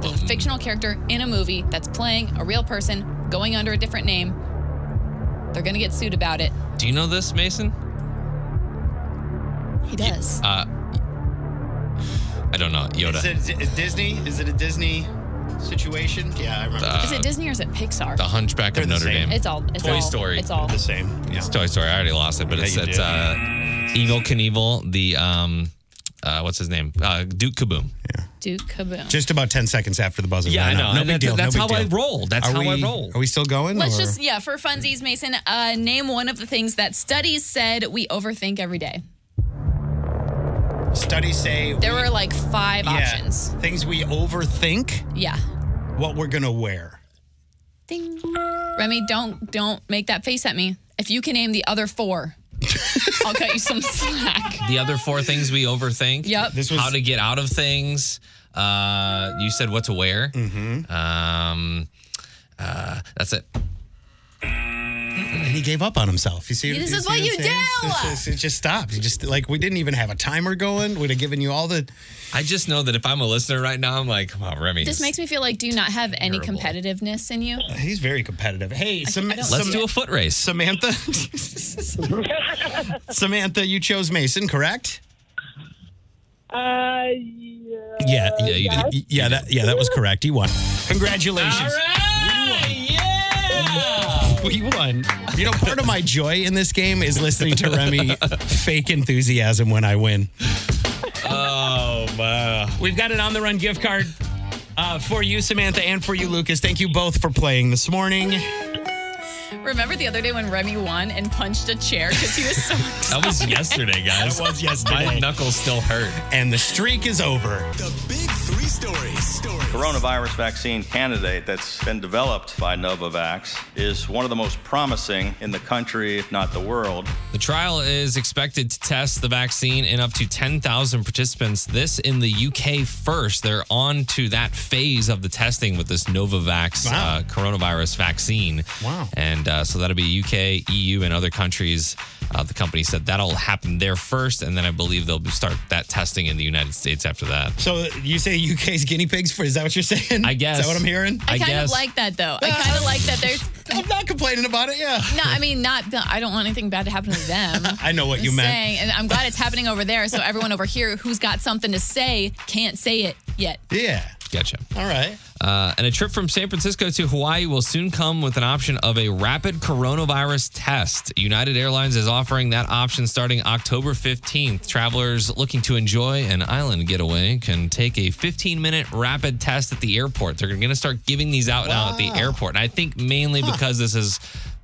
A fictional character in a movie that's playing a real person going under a different name. They're going to get sued about it.
Do you know this, Mason?
He does.
Uh, I don't know. Yoda.
Is it, is it Disney? Is it a Disney situation? Yeah, I remember.
is it Disney or is it Pixar?
the Hunchback
They're
of
the
Notre
same.
Dame.
It's all. It's
Toy
all,
Story.
It's all.
the same. Yeah.
It's Toy Story. I already lost it, but
Yeah,
it's
you
it's
did.
uh, Evil Knievel. The um, uh, what's his name? Uh, Duke Kaboom.
Duke Kaboom.
Just about 10 seconds after the buzzer.
Yeah, I
went
know.
out. No
And
big
that's
deal.
that's
no
how
big
I
deal.
roll. That's
Are
how I
we-
roll.
Are we still going?
Let's
or-
just yeah for funsies, Mason. Uh, name one of the things that studies said we overthink every day.
Studies say
There were like five
yeah,
options.
Things we overthink
Yeah.
what we're going to wear.
Ding. Remy, don't don't make that face at me. If you can name the other four, I'll cut you some slack.
The other four things we overthink.
Yep.
This was
How to get out of things. Uh, you said what to wear. Mm-hmm. Um, uh, that's it.
and he gave up on himself. You see,
This
you
is
see
what
I'm
you
saying?
do!
It's just- it just stopped. You just like we didn't even have a timer going. We'd have given you all the.
I just know that if I'm a listener right now, I'm like, come on, Remy.
This makes me feel like do you not have any
Terrible.
competitiveness in you?
He's very competitive. Hey, Sam-
I don't-
Let's
Sam-
do a foot race.
Samantha. Samantha, you chose Mason, correct?
Uh, yeah.
Yeah,
yeah, you did.
Y- Yeah, that yeah, that was correct. You won. Congratulations. We won. You know, part of my joy in this game is listening to Remy fake enthusiasm when I win.
Oh, wow.
We've got an on the run gift card uh, for you, Samantha, and for you, Lucas. Thank you both for playing this morning.
Remember the other day when Remy won and punched a chair because he was so
That was yesterday, guys.
That was
My
yesterday.
knuckles still hurt.
And the streak is over.
The big three stories. Stories.
coronavirus vaccine candidate that's been developed by Novavax is one of the most promising in the country, if not the world.
The trial is expected to test the vaccine in up to 10,000 participants. This in the UK first. They're on to that phase of the testing with this Novavax
Wow.
uh, coronavirus vaccine.
Wow.
And uh, so that'll be UK, EU, and other countries. Uh, the company said that'll happen there first. And then I believe they'll start that testing in the United States after that.
So you say UK's guinea pigs for? Is that what you're saying?
I guess.
Is that what I'm hearing?
I,
I
kind of
guess.
like that though. I kind of like that there's
I'm not complaining about it. Yeah.
no, I mean not I don't want anything bad to happen to them.
I know what you
Just
meant.
saying, and I'm glad it's happening over there so everyone over here who's got something to say can't say it yet.
Yeah.
Gotcha.
All right.
Uh, and a trip from San Francisco to Hawaii will soon come with an option of a rapid coronavirus test. United Airlines is offering that option starting October 15th. Travelers looking to enjoy an island getaway can take a 15 minute rapid test at the airport. They're going to start giving these out now at the airport. And I think mainly because this is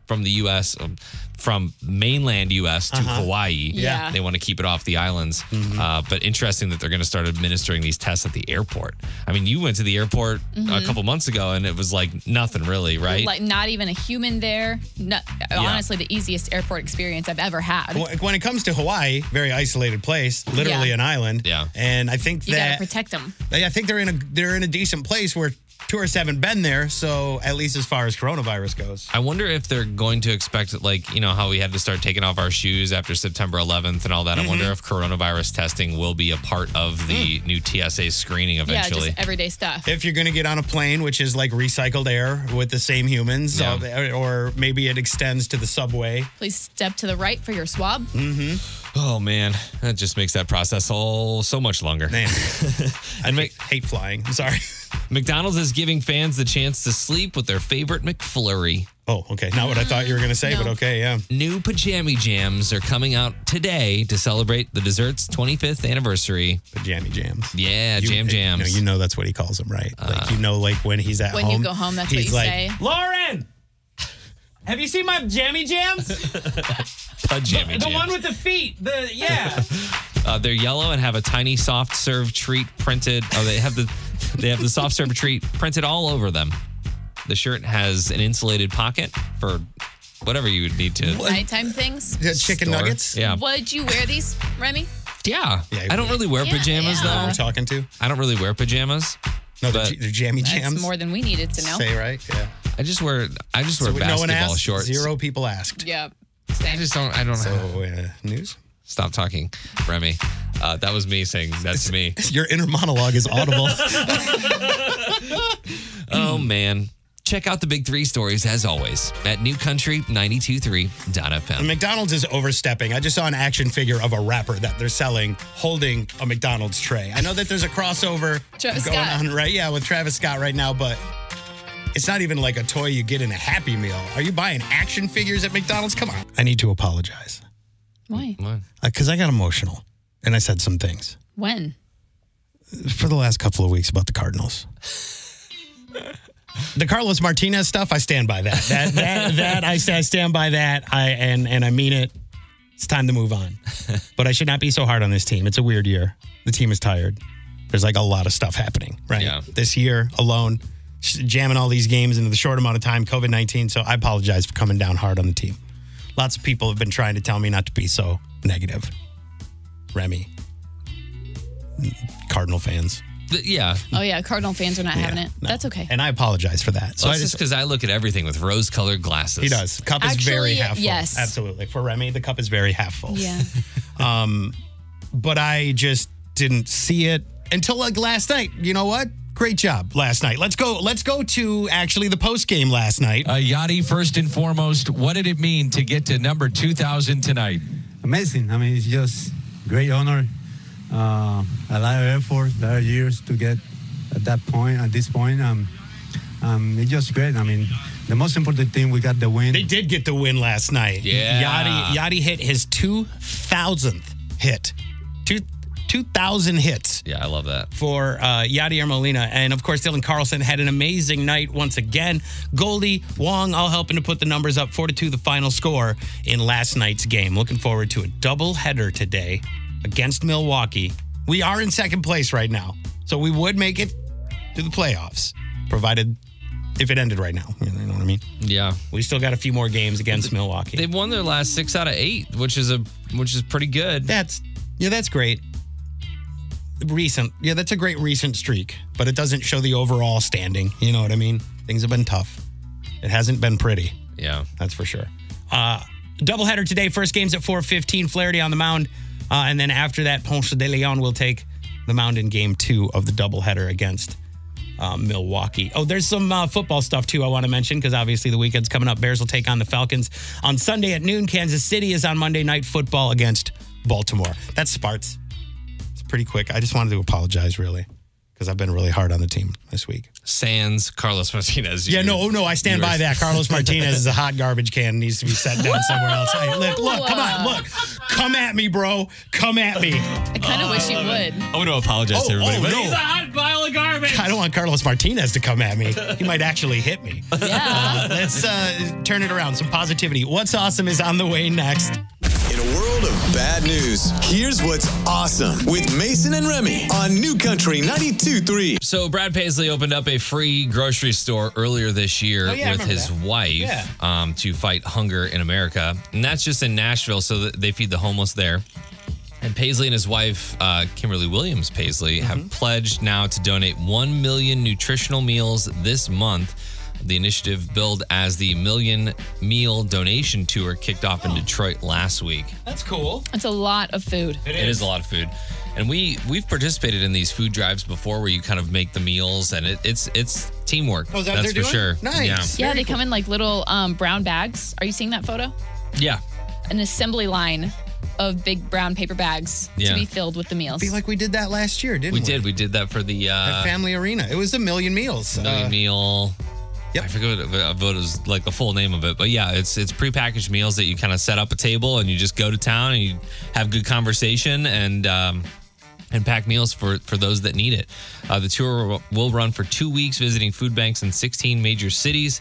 from the U.S., um, from mainland U.S. to Hawaii.
Yeah.
They want to keep it off the islands.
Mm-hmm.
Uh, but interesting that they're going to start administering these tests at the airport. I mean, you went to the airport a couple months ago and it was like nothing really, right?
Mm-hmm. like not even a human there. No, Honestly, the easiest airport experience I've ever had.
Wh- When it comes to Hawaii, very isolated place, literally
Yeah.
an island.
Yeah.
And I think
you
that
gotta protect them.
I think they're in a they're in a decent place where tourists haven't been there. So at least as far as coronavirus goes.
I wonder if they're going to expect, like, you know, how we had to start taking off our shoes after September 11th and all that. I
Mm-hmm.
wonder if coronavirus testing will be a part of the new TSA screening eventually.
Mm. Yeah, just everyday stuff.
If you're going to get on a plane, which is like recycled air with the same humans,
Yeah.
uh, or maybe it extends to the subway.
Please step to the right for your swab.
oh, man. That just makes that process all so much longer.
Man,
And Mc-
hate flying. I'm sorry.
McDonald's is giving fans the chance to sleep with their favorite McFlurry.
Oh, okay. Not what I thought you were going to say,
No.
but okay, yeah.
New Pajami Jams are coming out today to celebrate the dessert's 25th anniversary.
But jammy jams.
Yeah,
You-
jam
you know,
jams. Uh,
You know, that's what he calls them, right? like you know, like when he's at
When you
home.
go home, that's what
he's
you
like,
say.
Lauren, have you seen my jammy jams?
Pajami Jams.
with the feet. The yeah.
Uh, they're yellow and have a tiny soft serve treat printed. Oh, they have the they have the soft serve treat printed all over them. The shirt has an insulated pocket for whatever you would need to.
Nighttime things.
Yeah, chicken
store.
nuggets.
Yeah.
Would you wear these, Remy?
Yeah.
Yeah,
I don't really wear
yeah,
pajamas
yeah.
We're
though.
talking to.
I don't really wear pajamas.
No,
But-
the, the jammy
That's
jams.
more than we needed to know.
Say right. Yeah.
I just wear I just wear
So no one
basketball
asked.
shorts.
Zero people asked.
Yeah.
I just don't I don't
So
know.
uh, news.
Stop talking, Remy. Uh, that was me saying that's me.
Your inner monologue is audible.
Oh man. Check out the big three stories as always at newcountry923.fm.
McDonald's is overstepping. I just saw an action figure of a rapper that they're selling holding a McDonald's tray. I know that there's a crossover
Travis
going
Scott.
on right, yeah, with Travis Scott right now, but it's not even like a toy you get in a Happy Meal. Are you buying action figures at McDonald's? Come on. I need to apologize
Why?
Come on.
because I got emotional and I said some things
When?
for the last couple of weeks about the Cardinals. The Carlos Martinez stuff, I stand by that. That that, that I, st- I stand by that. I and and I mean it. It's time to move on. But I should not be so hard on this team. It's a weird year. The team is tired. There's like a lot of stuff happening, right?
Yeah.
This year alone, sh- jamming all these games into the short amount of time, COVID 19. So I apologize for coming down hard on the team. Lots of people have been trying to tell me not to be so negative. Remy, Cardinal fans.
Th- yeah.
Oh yeah, Cardinal fans are not having it.
No.
That's okay.
And I apologize for that. So
Well,
I
it's just
just,
because I look at everything with rose-colored glasses.
he does. Cup is
Actually,
very half full.
yes.
Absolutely. For Remy, the cup is very half full.
yeah.
But I just didn't see it until like last night. You know what? Great job last night. Let's go. Let's go to actually the post game last night.
Uh, Yachty, first and foremost, what did it mean to get to number 2,000 tonight?
amazing. I mean, it's just great honor, uh, a lot of effort, a lot of years to get at that point, at this point. Um, um, it's just great. I mean, the most important thing, we got the win.
They did get the win last night.
Yeah.
Yachty, Yachty hit his 2,000th hit. Two, 2,000 hits
Yeah, I love that.
for uh, Yadier Molina. And of course, Dylan Carlson had an amazing night once again. Goldie, Wong, all helping to put the numbers up 4 to 2, the final score in last night's game. Looking forward to a double header today against Milwaukee. We are in second place right now, so we would make it to the playoffs, provided if it ended right now. You know what I mean?
Yeah,
We still got a few more games against Milwaukee.
they've won their last six out of eight, which is a which is pretty good.
that's yeah, that's great. Recent, yeah, that's a great recent streak, but it doesn't show the overall standing. You know what I mean? Things have been tough. It hasn't been pretty,
Yeah,
that's for sure. Uh, doubleheader today. First game's at 4:15. Flaherty on the mound, uh, and then after that, Ponce de Leon will take the mound in game two of the doubleheader against uh, Milwaukee. Oh, there's some uh, football stuff too I want to mention because obviously the weekend's coming up. Bears will take on the Falcons on Sunday at noon. Kansas City is on Monday Night Football against Baltimore. That's Sparts. It's pretty quick. I just wanted to apologize really because I've been really hard on the team this week.
Sands, Carlos Martinez.
Yeah, no, oh no, I stand by that. Carlos Martinez is a hot garbage can. Needs to be set down somewhere else. Hey, look, look, come on, look, come at me, bro, come at me.
I kind of
Uh.
wish you would.
I want to apologize
to everybody, but- He's a
hot pile of garbage.
I don't want Carlos Martinez to come at me. He might actually hit me.
Yeah.
Let's uh, turn it around. Some positivity. What's awesome is on the way next.
In a world of bad news, here's what's awesome with Mason and Remy on New Country 92.3.
So Brad Paisley opened up a free grocery store earlier this year
Oh, yeah, I
with
remember
his
that.
wife
Yeah.
um, to fight hunger in America, and that's just in Nashville. So that they feed the homeless there. And Paisley and his wife, uh, Kimberly Williams
Mm-hmm.
Paisley, have pledged now to donate 1 million nutritional meals this month The initiative billed as the Million Meal Donation Tour kicked off in
Oh.
Detroit last week.
That's cool. That's a lot of food.
It is a lot of food. And we we've participated in these food drives before, where you kind of make the meals, and it, it's it's teamwork.
Oh, is
that what
That's
they're
for
doing?
sure.
Nice.
Yeah,
Yeah.
they come in like little um, brown bags. Are you seeing that photo?
yeah.
An assembly line of big brown paper bags
Yeah.
to be filled with the meals.
Be like we did that last year, didn't we?
We did. We did that for the uh,
At Family Arena. It was a million meals. Uh,
Million meal. I forget what, it- what it was like the full name of it, but yeah, it's it's prepackaged meals that you kind of set up a table and you just go to town and you have good conversation and um, and pack meals for for those that need it. Uh, the tour will run for two weeks, visiting food banks in 16 major cities.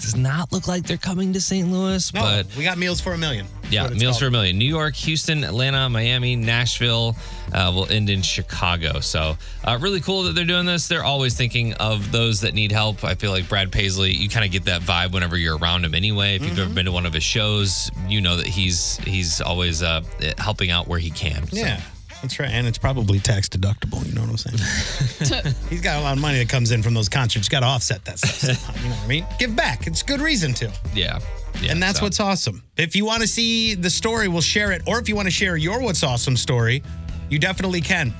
Does not look like they're coming to St. Louis,
No,
but
we got meals for a million. That's
yeah,
what it's
Meals
called.
for a Million. New York, Houston, Atlanta, Miami, Nashville uh, will end in Chicago. So, uh, really cool that they're doing this. They're always thinking of those that need help. I feel like Brad Paisley, you kind of get that vibe whenever you're around him anyway. If
Mm-hmm.
you've ever been to one of his shows, you know that he's he's always uh, helping out where he can. So.
Yeah. That's right. And it's probably tax deductible. You know what I'm saying? He's got a lot of money that comes in from those concerts. Got to offset that stuff. somehow, you know what I mean? Give back. It's good reason to.
Yeah. Yeah,
and that's
so.
what's awesome. If you want to see the story, we'll share it. Or if you want to share your What's Awesome story, you definitely can.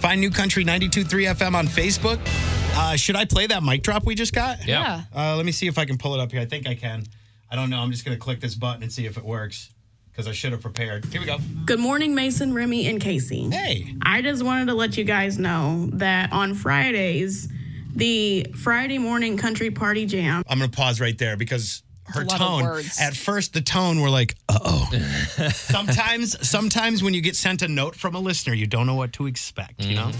Find New Country 92.3 FM on Facebook. Uh, should I play that mic drop we just got?
Yeah.
Uh, let me see if I can pull it up here. I think I can. I don't know. I'm just going to click this button and see if it works because I should have prepared. Here we go.
Good morning, Mason, Remy, and Casey.
Hey.
I just wanted to let you guys know that on Fridays, the Friday morning country party jam.
I'm going to pause right there because her
That's a lot of
tone
words.
at first the tone we're like uh-oh sometimes sometimes when you get sent a note from a listener you don't know what to expect you know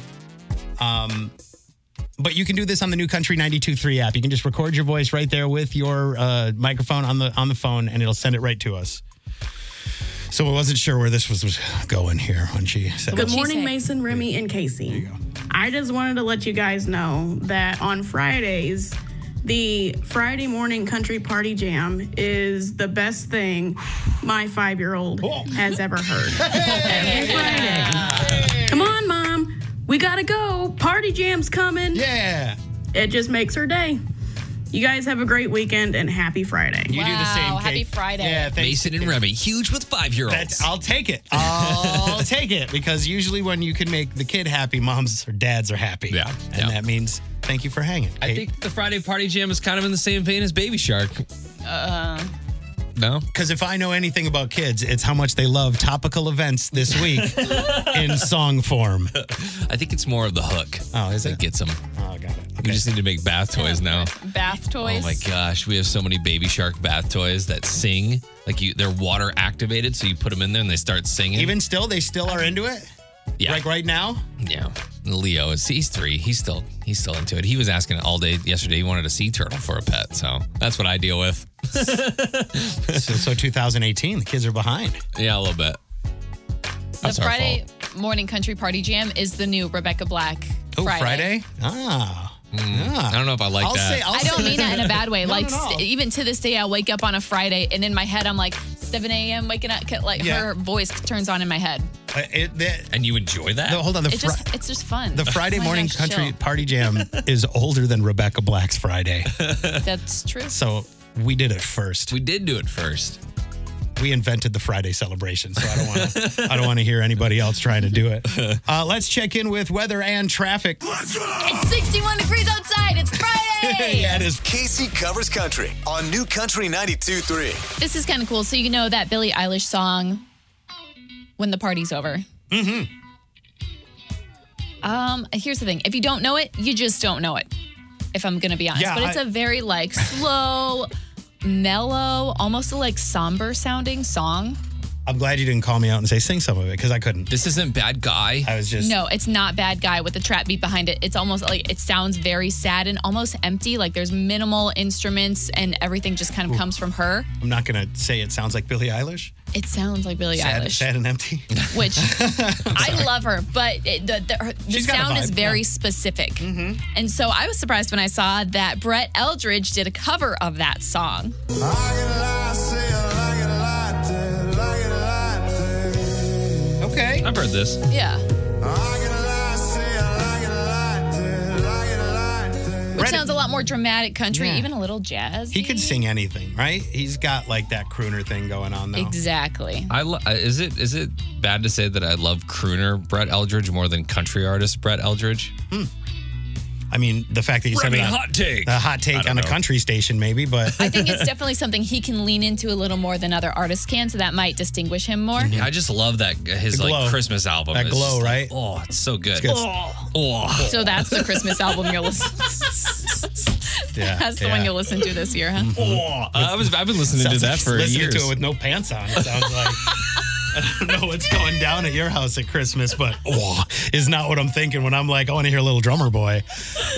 um but you can do this on the new country 923 app you can just record your voice right there with your uh, microphone on the on the phone and it'll send it right to us so i wasn't sure where this was, was going here when she said
Good morning, Mason, Remy, and Casey. I just wanted to let you guys know that on Fridays, the Friday morning country party jam is the best thing my five year old has ever heard. Every Friday. Come on, Mom. We gotta go. Party jam's coming.
Yeah.
It just makes her day. You guys have a great weekend and happy Friday.
You do the same, Wow, happy Kate.
Friday.
Yeah, thanks.
Mason and Remy, huge with five year olds.
I'll take it. I'll take it because usually when you can make the kid happy, moms or dads are happy. Yeah. And that means thank you for hanging.
I think the Friday Party Jam is kind of in the same vein as Baby Shark.
Uh,
No?
Because if I know anything about kids, it's how much they love topical events this week in song form.
I think it's more of the hook.
Oh, is
that it? gets them.
Oh, got it.
We just need to make bath toys now.
bath toys.
Oh my gosh, we have so many baby shark bath toys that sing. Like you, they're water activated, so you put them in there and they start singing.
Even still, they still are into it.
yeah,
Like right now.
yeah. Leo is he's three. He's still he's still into it. He was asking all day yesterday. He wanted a sea turtle for a pet, so that's what I deal with.
so, so 2018, the kids are behind.
Yeah, a little bit.
the Friday morning country party jam is the new Rebecca Black.
Oh,
Friday.
Friday? Ah.
I don't know if I like
I'll
that.
say-
I don't mean that in a bad way.
Not
like
at all.
st- even to this day, I wake up on a Friday and in my head, I'm like 7 a.m. waking up. Like
Yeah.
her voice turns on in my head.
Uh, it- that-
and you enjoy that?
No, hold on. The,
it
Fri-
just, it's just fun.
the Friday
Oh my
morning
gosh,
country
chill.
party jam is older than Rebecca Black's Friday.
That's true.
So we did it first. We
did do it first.
We invented the Friday celebration, so I don't want to. I don't want to hear anybody else trying to do it. Uh, let's check in with weather and traffic.
It's 61 degrees outside. It's Friday.
Yeah, it is.
Casey covers country on New Country 92.3.
This is kind of cool. So you know that Billie Eilish song, "When the Party's Over."
Mm-hmm.
Um, here's the thing: if you don't know it, you just don't know it. If I'm gonna be honest,
Yeah,
but it's
I-
a very like slow, mellow, almost like somber sounding song.
I'm glad you didn't call me out and say sing some of it because I couldn't.
This isn't bad guy.
I was just
no, it's not bad guy with the trap beat behind it. It's almost like it sounds very sad and almost empty. Like there's minimal instruments and everything just kind of
Ooh.
comes from her.
I'm not gonna say it sounds like Billie Eilish.
It sounds like Billie
sad,
Eilish.
sad and empty.
which I love her, but it, the, the, her, the
She's got a
sound is
vibe,
very
yeah. Mm-hmm.
specific. And so I was surprised when I saw that Brett Eldridge did a cover of that song.
Okay.
I've heard this.
Yeah. It sounds a lot more dramatic country,
Yeah.
even a little jazz.
He could sing anything, right? He's got like that crooner thing going on though.
Exactly.
I lo- uh, is it is it bad to say that I love crooner Brett Eldridge more than country artist Brett Eldridge?
I mean, the fact that you said
Remy,
about-
hot take.
a hot
I
take
don't
on a
know.
country station, maybe, but
I think it's definitely something he can lean into a little more than other artists can, so that might distinguish him more.
Mm-hmm.
Yeah, I just love that his
The glow.
like Christmas album.
That
It's just
glow,
like,
right?
oh, it's so good.
It's good.
Oh.
Oh.
So that's the Christmas album you're listening.
Yeah,
that's the one
yeah.
you'll listen to this year, huh?
Oh,
I was I've been listening to
Sounds like
that
he's
for
listening
years.
to it with no pants on. It sounds like I don't know what's going down at your house at Christmas, but oh, is not what I'm thinking when I'm like, I want to hear Little Drummer Boy.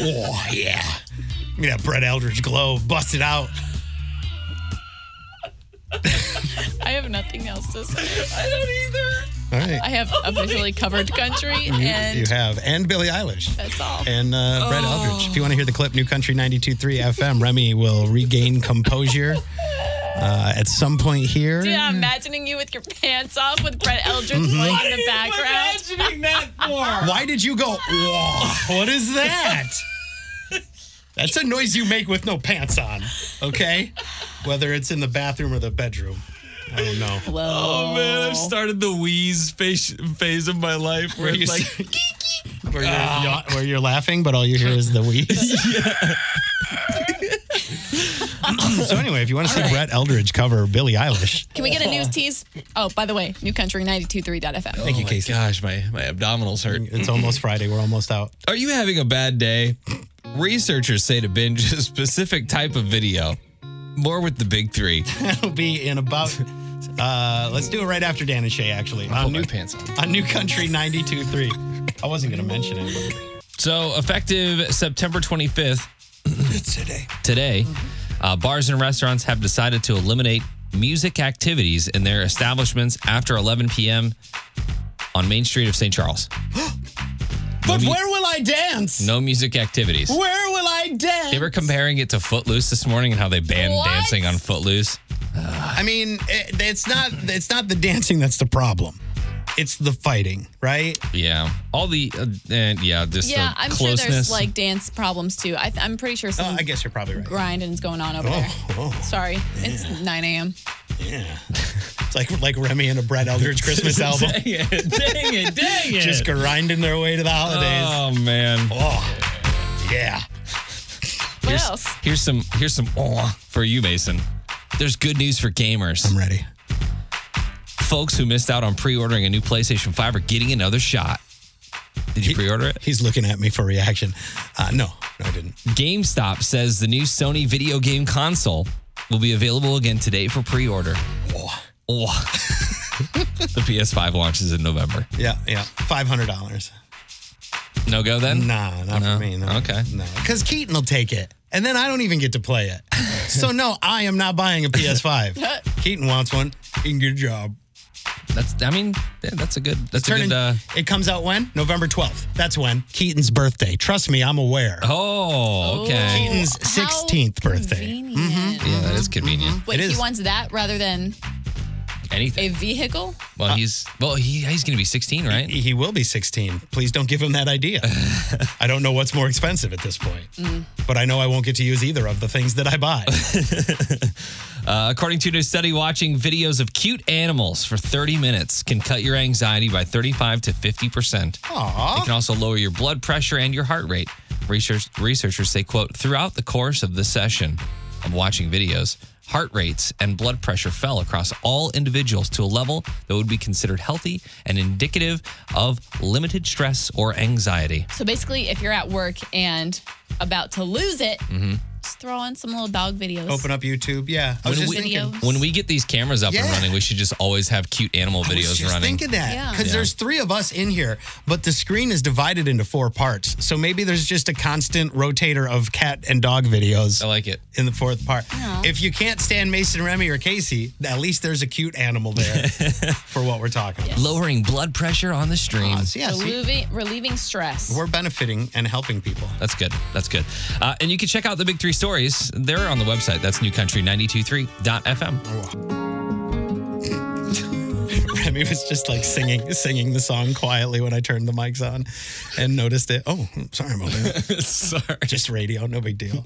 Oh yeah, give me that Brett Eldridge glow, bust it out.
I have nothing else to say. I don't
All right,
I have officially covered country,
you, you
and Oh.
have and Billie Eilish.
that's all.
and uh, Brett Eldridge. If you want to hear the clip, New Country 92.3 FM, Remy will regain composure uh, at some point here.
Dude, I'm imagining you with your pants off with Brett Eldridge
Mm-hmm.
playing in the background.
imagining that for?
Why did you go, "Whoa, what is that? That's a noise you make with no pants on, okay? Whether it's in the bathroom or the bedroom. I don't know.
Oh man, I've started the wheeze phase, phase of my life where,
Where you
it's like
s- Ah. where, you're, yaw- where you're laughing, but all you hear is the wheeze. so anyway, if you want to see Brett Eldridge cover Billie Eilish,
Can we get a news tease? Oh, by the way, New Country 92.3.fm.
thank you,
oh my
Casey. Mm.
gosh, my my abdominals hurt.
It's almost Friday. We're almost out.
Are you having a bad day? Researchers say to binge a specific type of video. More with the big three.
That'll be in about. Uh, let's do it right after Dan and Shay, actually. On
my
new,
pants on.
on new Country 92.3. I wasn't going to mention it.
So effective September 25th, today, uh, bars and restaurants have decided to eliminate music activities in their establishments after 11 p.m. on Main Street of St. Charles.
But where will I dance?
No music activities.
Where will I dance?
They were comparing it to Footloose this morning and how they banned
What?
dancing on Footloose.
I mean, it, it's not it's not the dancing that's the problem. It's the fighting, right?
Yeah, all the uh, and yeah, just
Yeah,
the
I'm
closeness.
sure there's like dance problems too. I, I'm pretty sure
Oh,
some
I Oh, guess you're probably right.
grinding's going on over there. Sorry, it's 9 a.m.
Yeah. It's like like Remy and a Brett Eldridge Christmas album,
dang it, dang it, dang it.
just grinding their way to the holidays.
oh man.
oh, yeah.
What
Here's-
else?
Here's some here's some aw for you, Mason. There's good news for gamers.
I'm ready.
Folks who missed out on pre-ordering a new PlayStation 5 are getting another shot. Did you pre-order it?
He's looking at me for reaction. Uh, no, no, I didn't.
GameStop says the new Sony video game console will be available again today for pre-order. Oh. the PS5 launches in November.
Yeah, yeah. Five hundred dollars.
No go then?
Nah, not
No?
for me. No.
Okay.
No. Because Keaton will take it. And then I don't even get to play it. so no, I am not buying a PS5. Keaton wants one. He can get a job.
That's I mean, yeah, that's a good that's a
Turning-
good uh,
it comes out when? November 12th. That's when. Keaton's birthday. Trust me, I'm aware.
Oh, okay.
Keaton's
How
16th birthday. Mm-hmm.
convenient.
Oh.
Yeah, that is convenient.
Wait,
It
he
is.
wants that rather than
Anything.
a vehicle?
Well, he's well, he, he's going to be 16, right?
He will be 16. Please don't give him that idea. I don't know what's more expensive at this point, but I know I won't get to use either of the things that I buy.
Uh, according to a new study, watching videos of cute animals for 30 minutes can cut your anxiety by 35 to 50 percent. It
Aw.
can also lower your blood pressure and your heart rate. Research, researchers say, "quote Throughout the course of the session of watching videos, heart rates and blood pressure fell across all individuals to a level that would be considered healthy and indicative of limited stress or anxiety."
So basically, if you're at work and about to lose it, just throw on some little dog videos.
Mm-hmm. Open up YouTube. Yeah. I was
When
just
we,
thinking.
Videos.
when we get these cameras up and
Yeah.
running, we should just always have cute animal
I was
videos
just
running.
thinking that
Yeah.
because
Yeah.
there's three of us in here, but the screen is divided into four parts. So maybe there's just a constant rotator of cat and dog videos
I like it.
in the fourth part. If you can't stand Mason, Remy, or Casey, at least there's a cute animal there for what we're talking about.
lowering blood pressure on the stream.
Uh, so yeah, see,
relieving, relieving stress.
we're benefiting and helping people.
That's good. That's good. Uh, and you can check out the big three stories. They're on the website.
Oh,
That's newcountry923.fm.
Remy Remy was just like singing singing the song quietly when I turned the mics on and noticed it. Oh, sorry about that.
sorry.
Just radio, no big deal.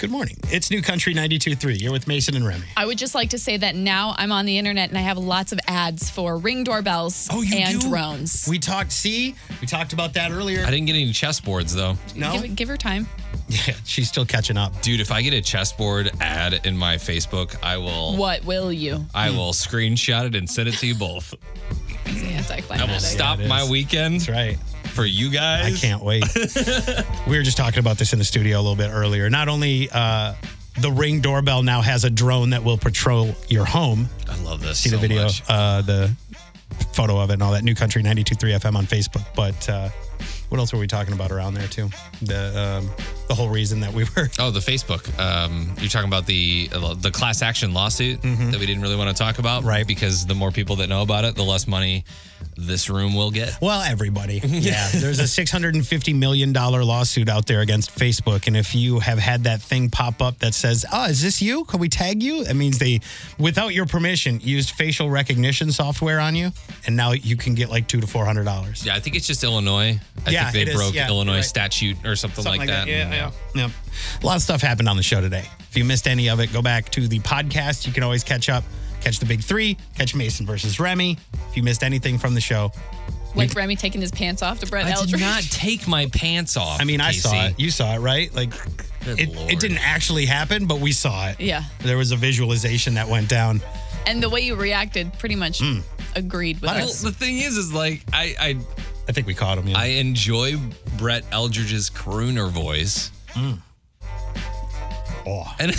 Good morning. It's New Country 92.3. You're with Mason and Remy.
I would just like to say that now I'm on the internet and I have lots of ads for ring doorbells
Oh,
and drones.
We talked, see, we talked about that earlier.
I didn't get any chessboards though.
Give, give her time.
Yeah, she's still catching up.
Dude, if I get a chessboard ad in my Facebook, I will
What will you?
I will screenshot it and send it to you both.
It's
I
anticlimactic.
will stop my weekend. That's
right.
For you guys.
I can't wait. we were just talking about this in the studio a little bit earlier. Not only uh, the Ring doorbell now has a drone that will patrol your home.
I love this.
See the
so
video,
much.
uh, the photo of it, and all that. New Country 92.3 FM on Facebook. But uh, what else were we talking about around there too? The um, the whole reason that we were.
Oh, the Facebook. Um, you're talking about the the class action lawsuit
Mm-hmm.
that we didn't really want to talk about, right? Because the more people that know about it, the less money this room will get.
Well, everybody. Yeah. There's a $650 million lawsuit out there against Facebook. And if you have had that thing pop up that says, oh, is this you? Can we tag you? That means they, without your permission, used facial recognition software on you. And now you can get like two to $400.
Yeah, I think it's just Illinois. I
Yeah,
think
it
they
is.
broke
Yeah,
Illinois
right.
statute or something, like, that. And,
Yeah, yeah, yeah. A lot of stuff happened on the show today. If you missed any of it, go back to the podcast. You can always catch up, catch the big three, catch Mason versus Remy. If you missed anything from the show,
Like Remy taking his pants off to Brett
I did
Eldridge.
not take my pants off.
I mean, I saw
Casey.
it. You saw it, right? Like, it, it
Lord.
didn't actually happen, but we saw it.
Yeah.
There was a visualization that went down.
And the way you reacted pretty much
Mm.
agreed with
Well,
us.
the thing is, is like I, I,
I think we caught him.
I enjoy Brett Eldridge's crooner voice.
Oh.
And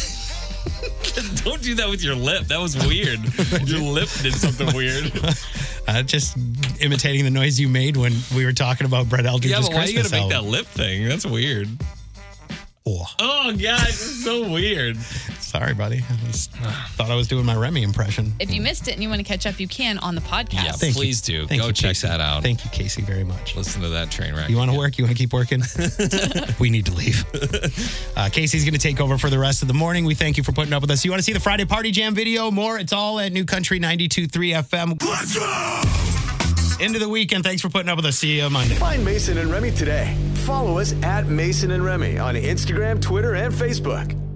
don't do that with your lip. That was weird. your lip did something weird.
Uh, just imitating the noise you made when we were talking about Brett Eldridge's
yeah, but why
Christmas
you gotta make
album.
that lip thing? That's weird.
Oh.
Oh god, this is so weird.
Sorry, buddy. I just thought I was doing my Remy impression.
If you missed it and you want to catch up, you can on the podcast.
Yeah,
Thank you.
please do.
Thank
Go
you,
check
Casey.
that out.
Thank you, Casey, very much.
Listen to that train wreck.
You want to work? You want to keep working? we need to leave. Uh, Casey's going to take over for the rest of the morning. We thank you for putting up with us. You want to see the Friday Party Jam video? More? It's all at New Country 92.3 FM. Let's go! Into the weekend. Thanks for putting up with us. See you Monday.
Find Mason and Remy today. Follow us at Mason and Remy on Instagram, Twitter, and Facebook.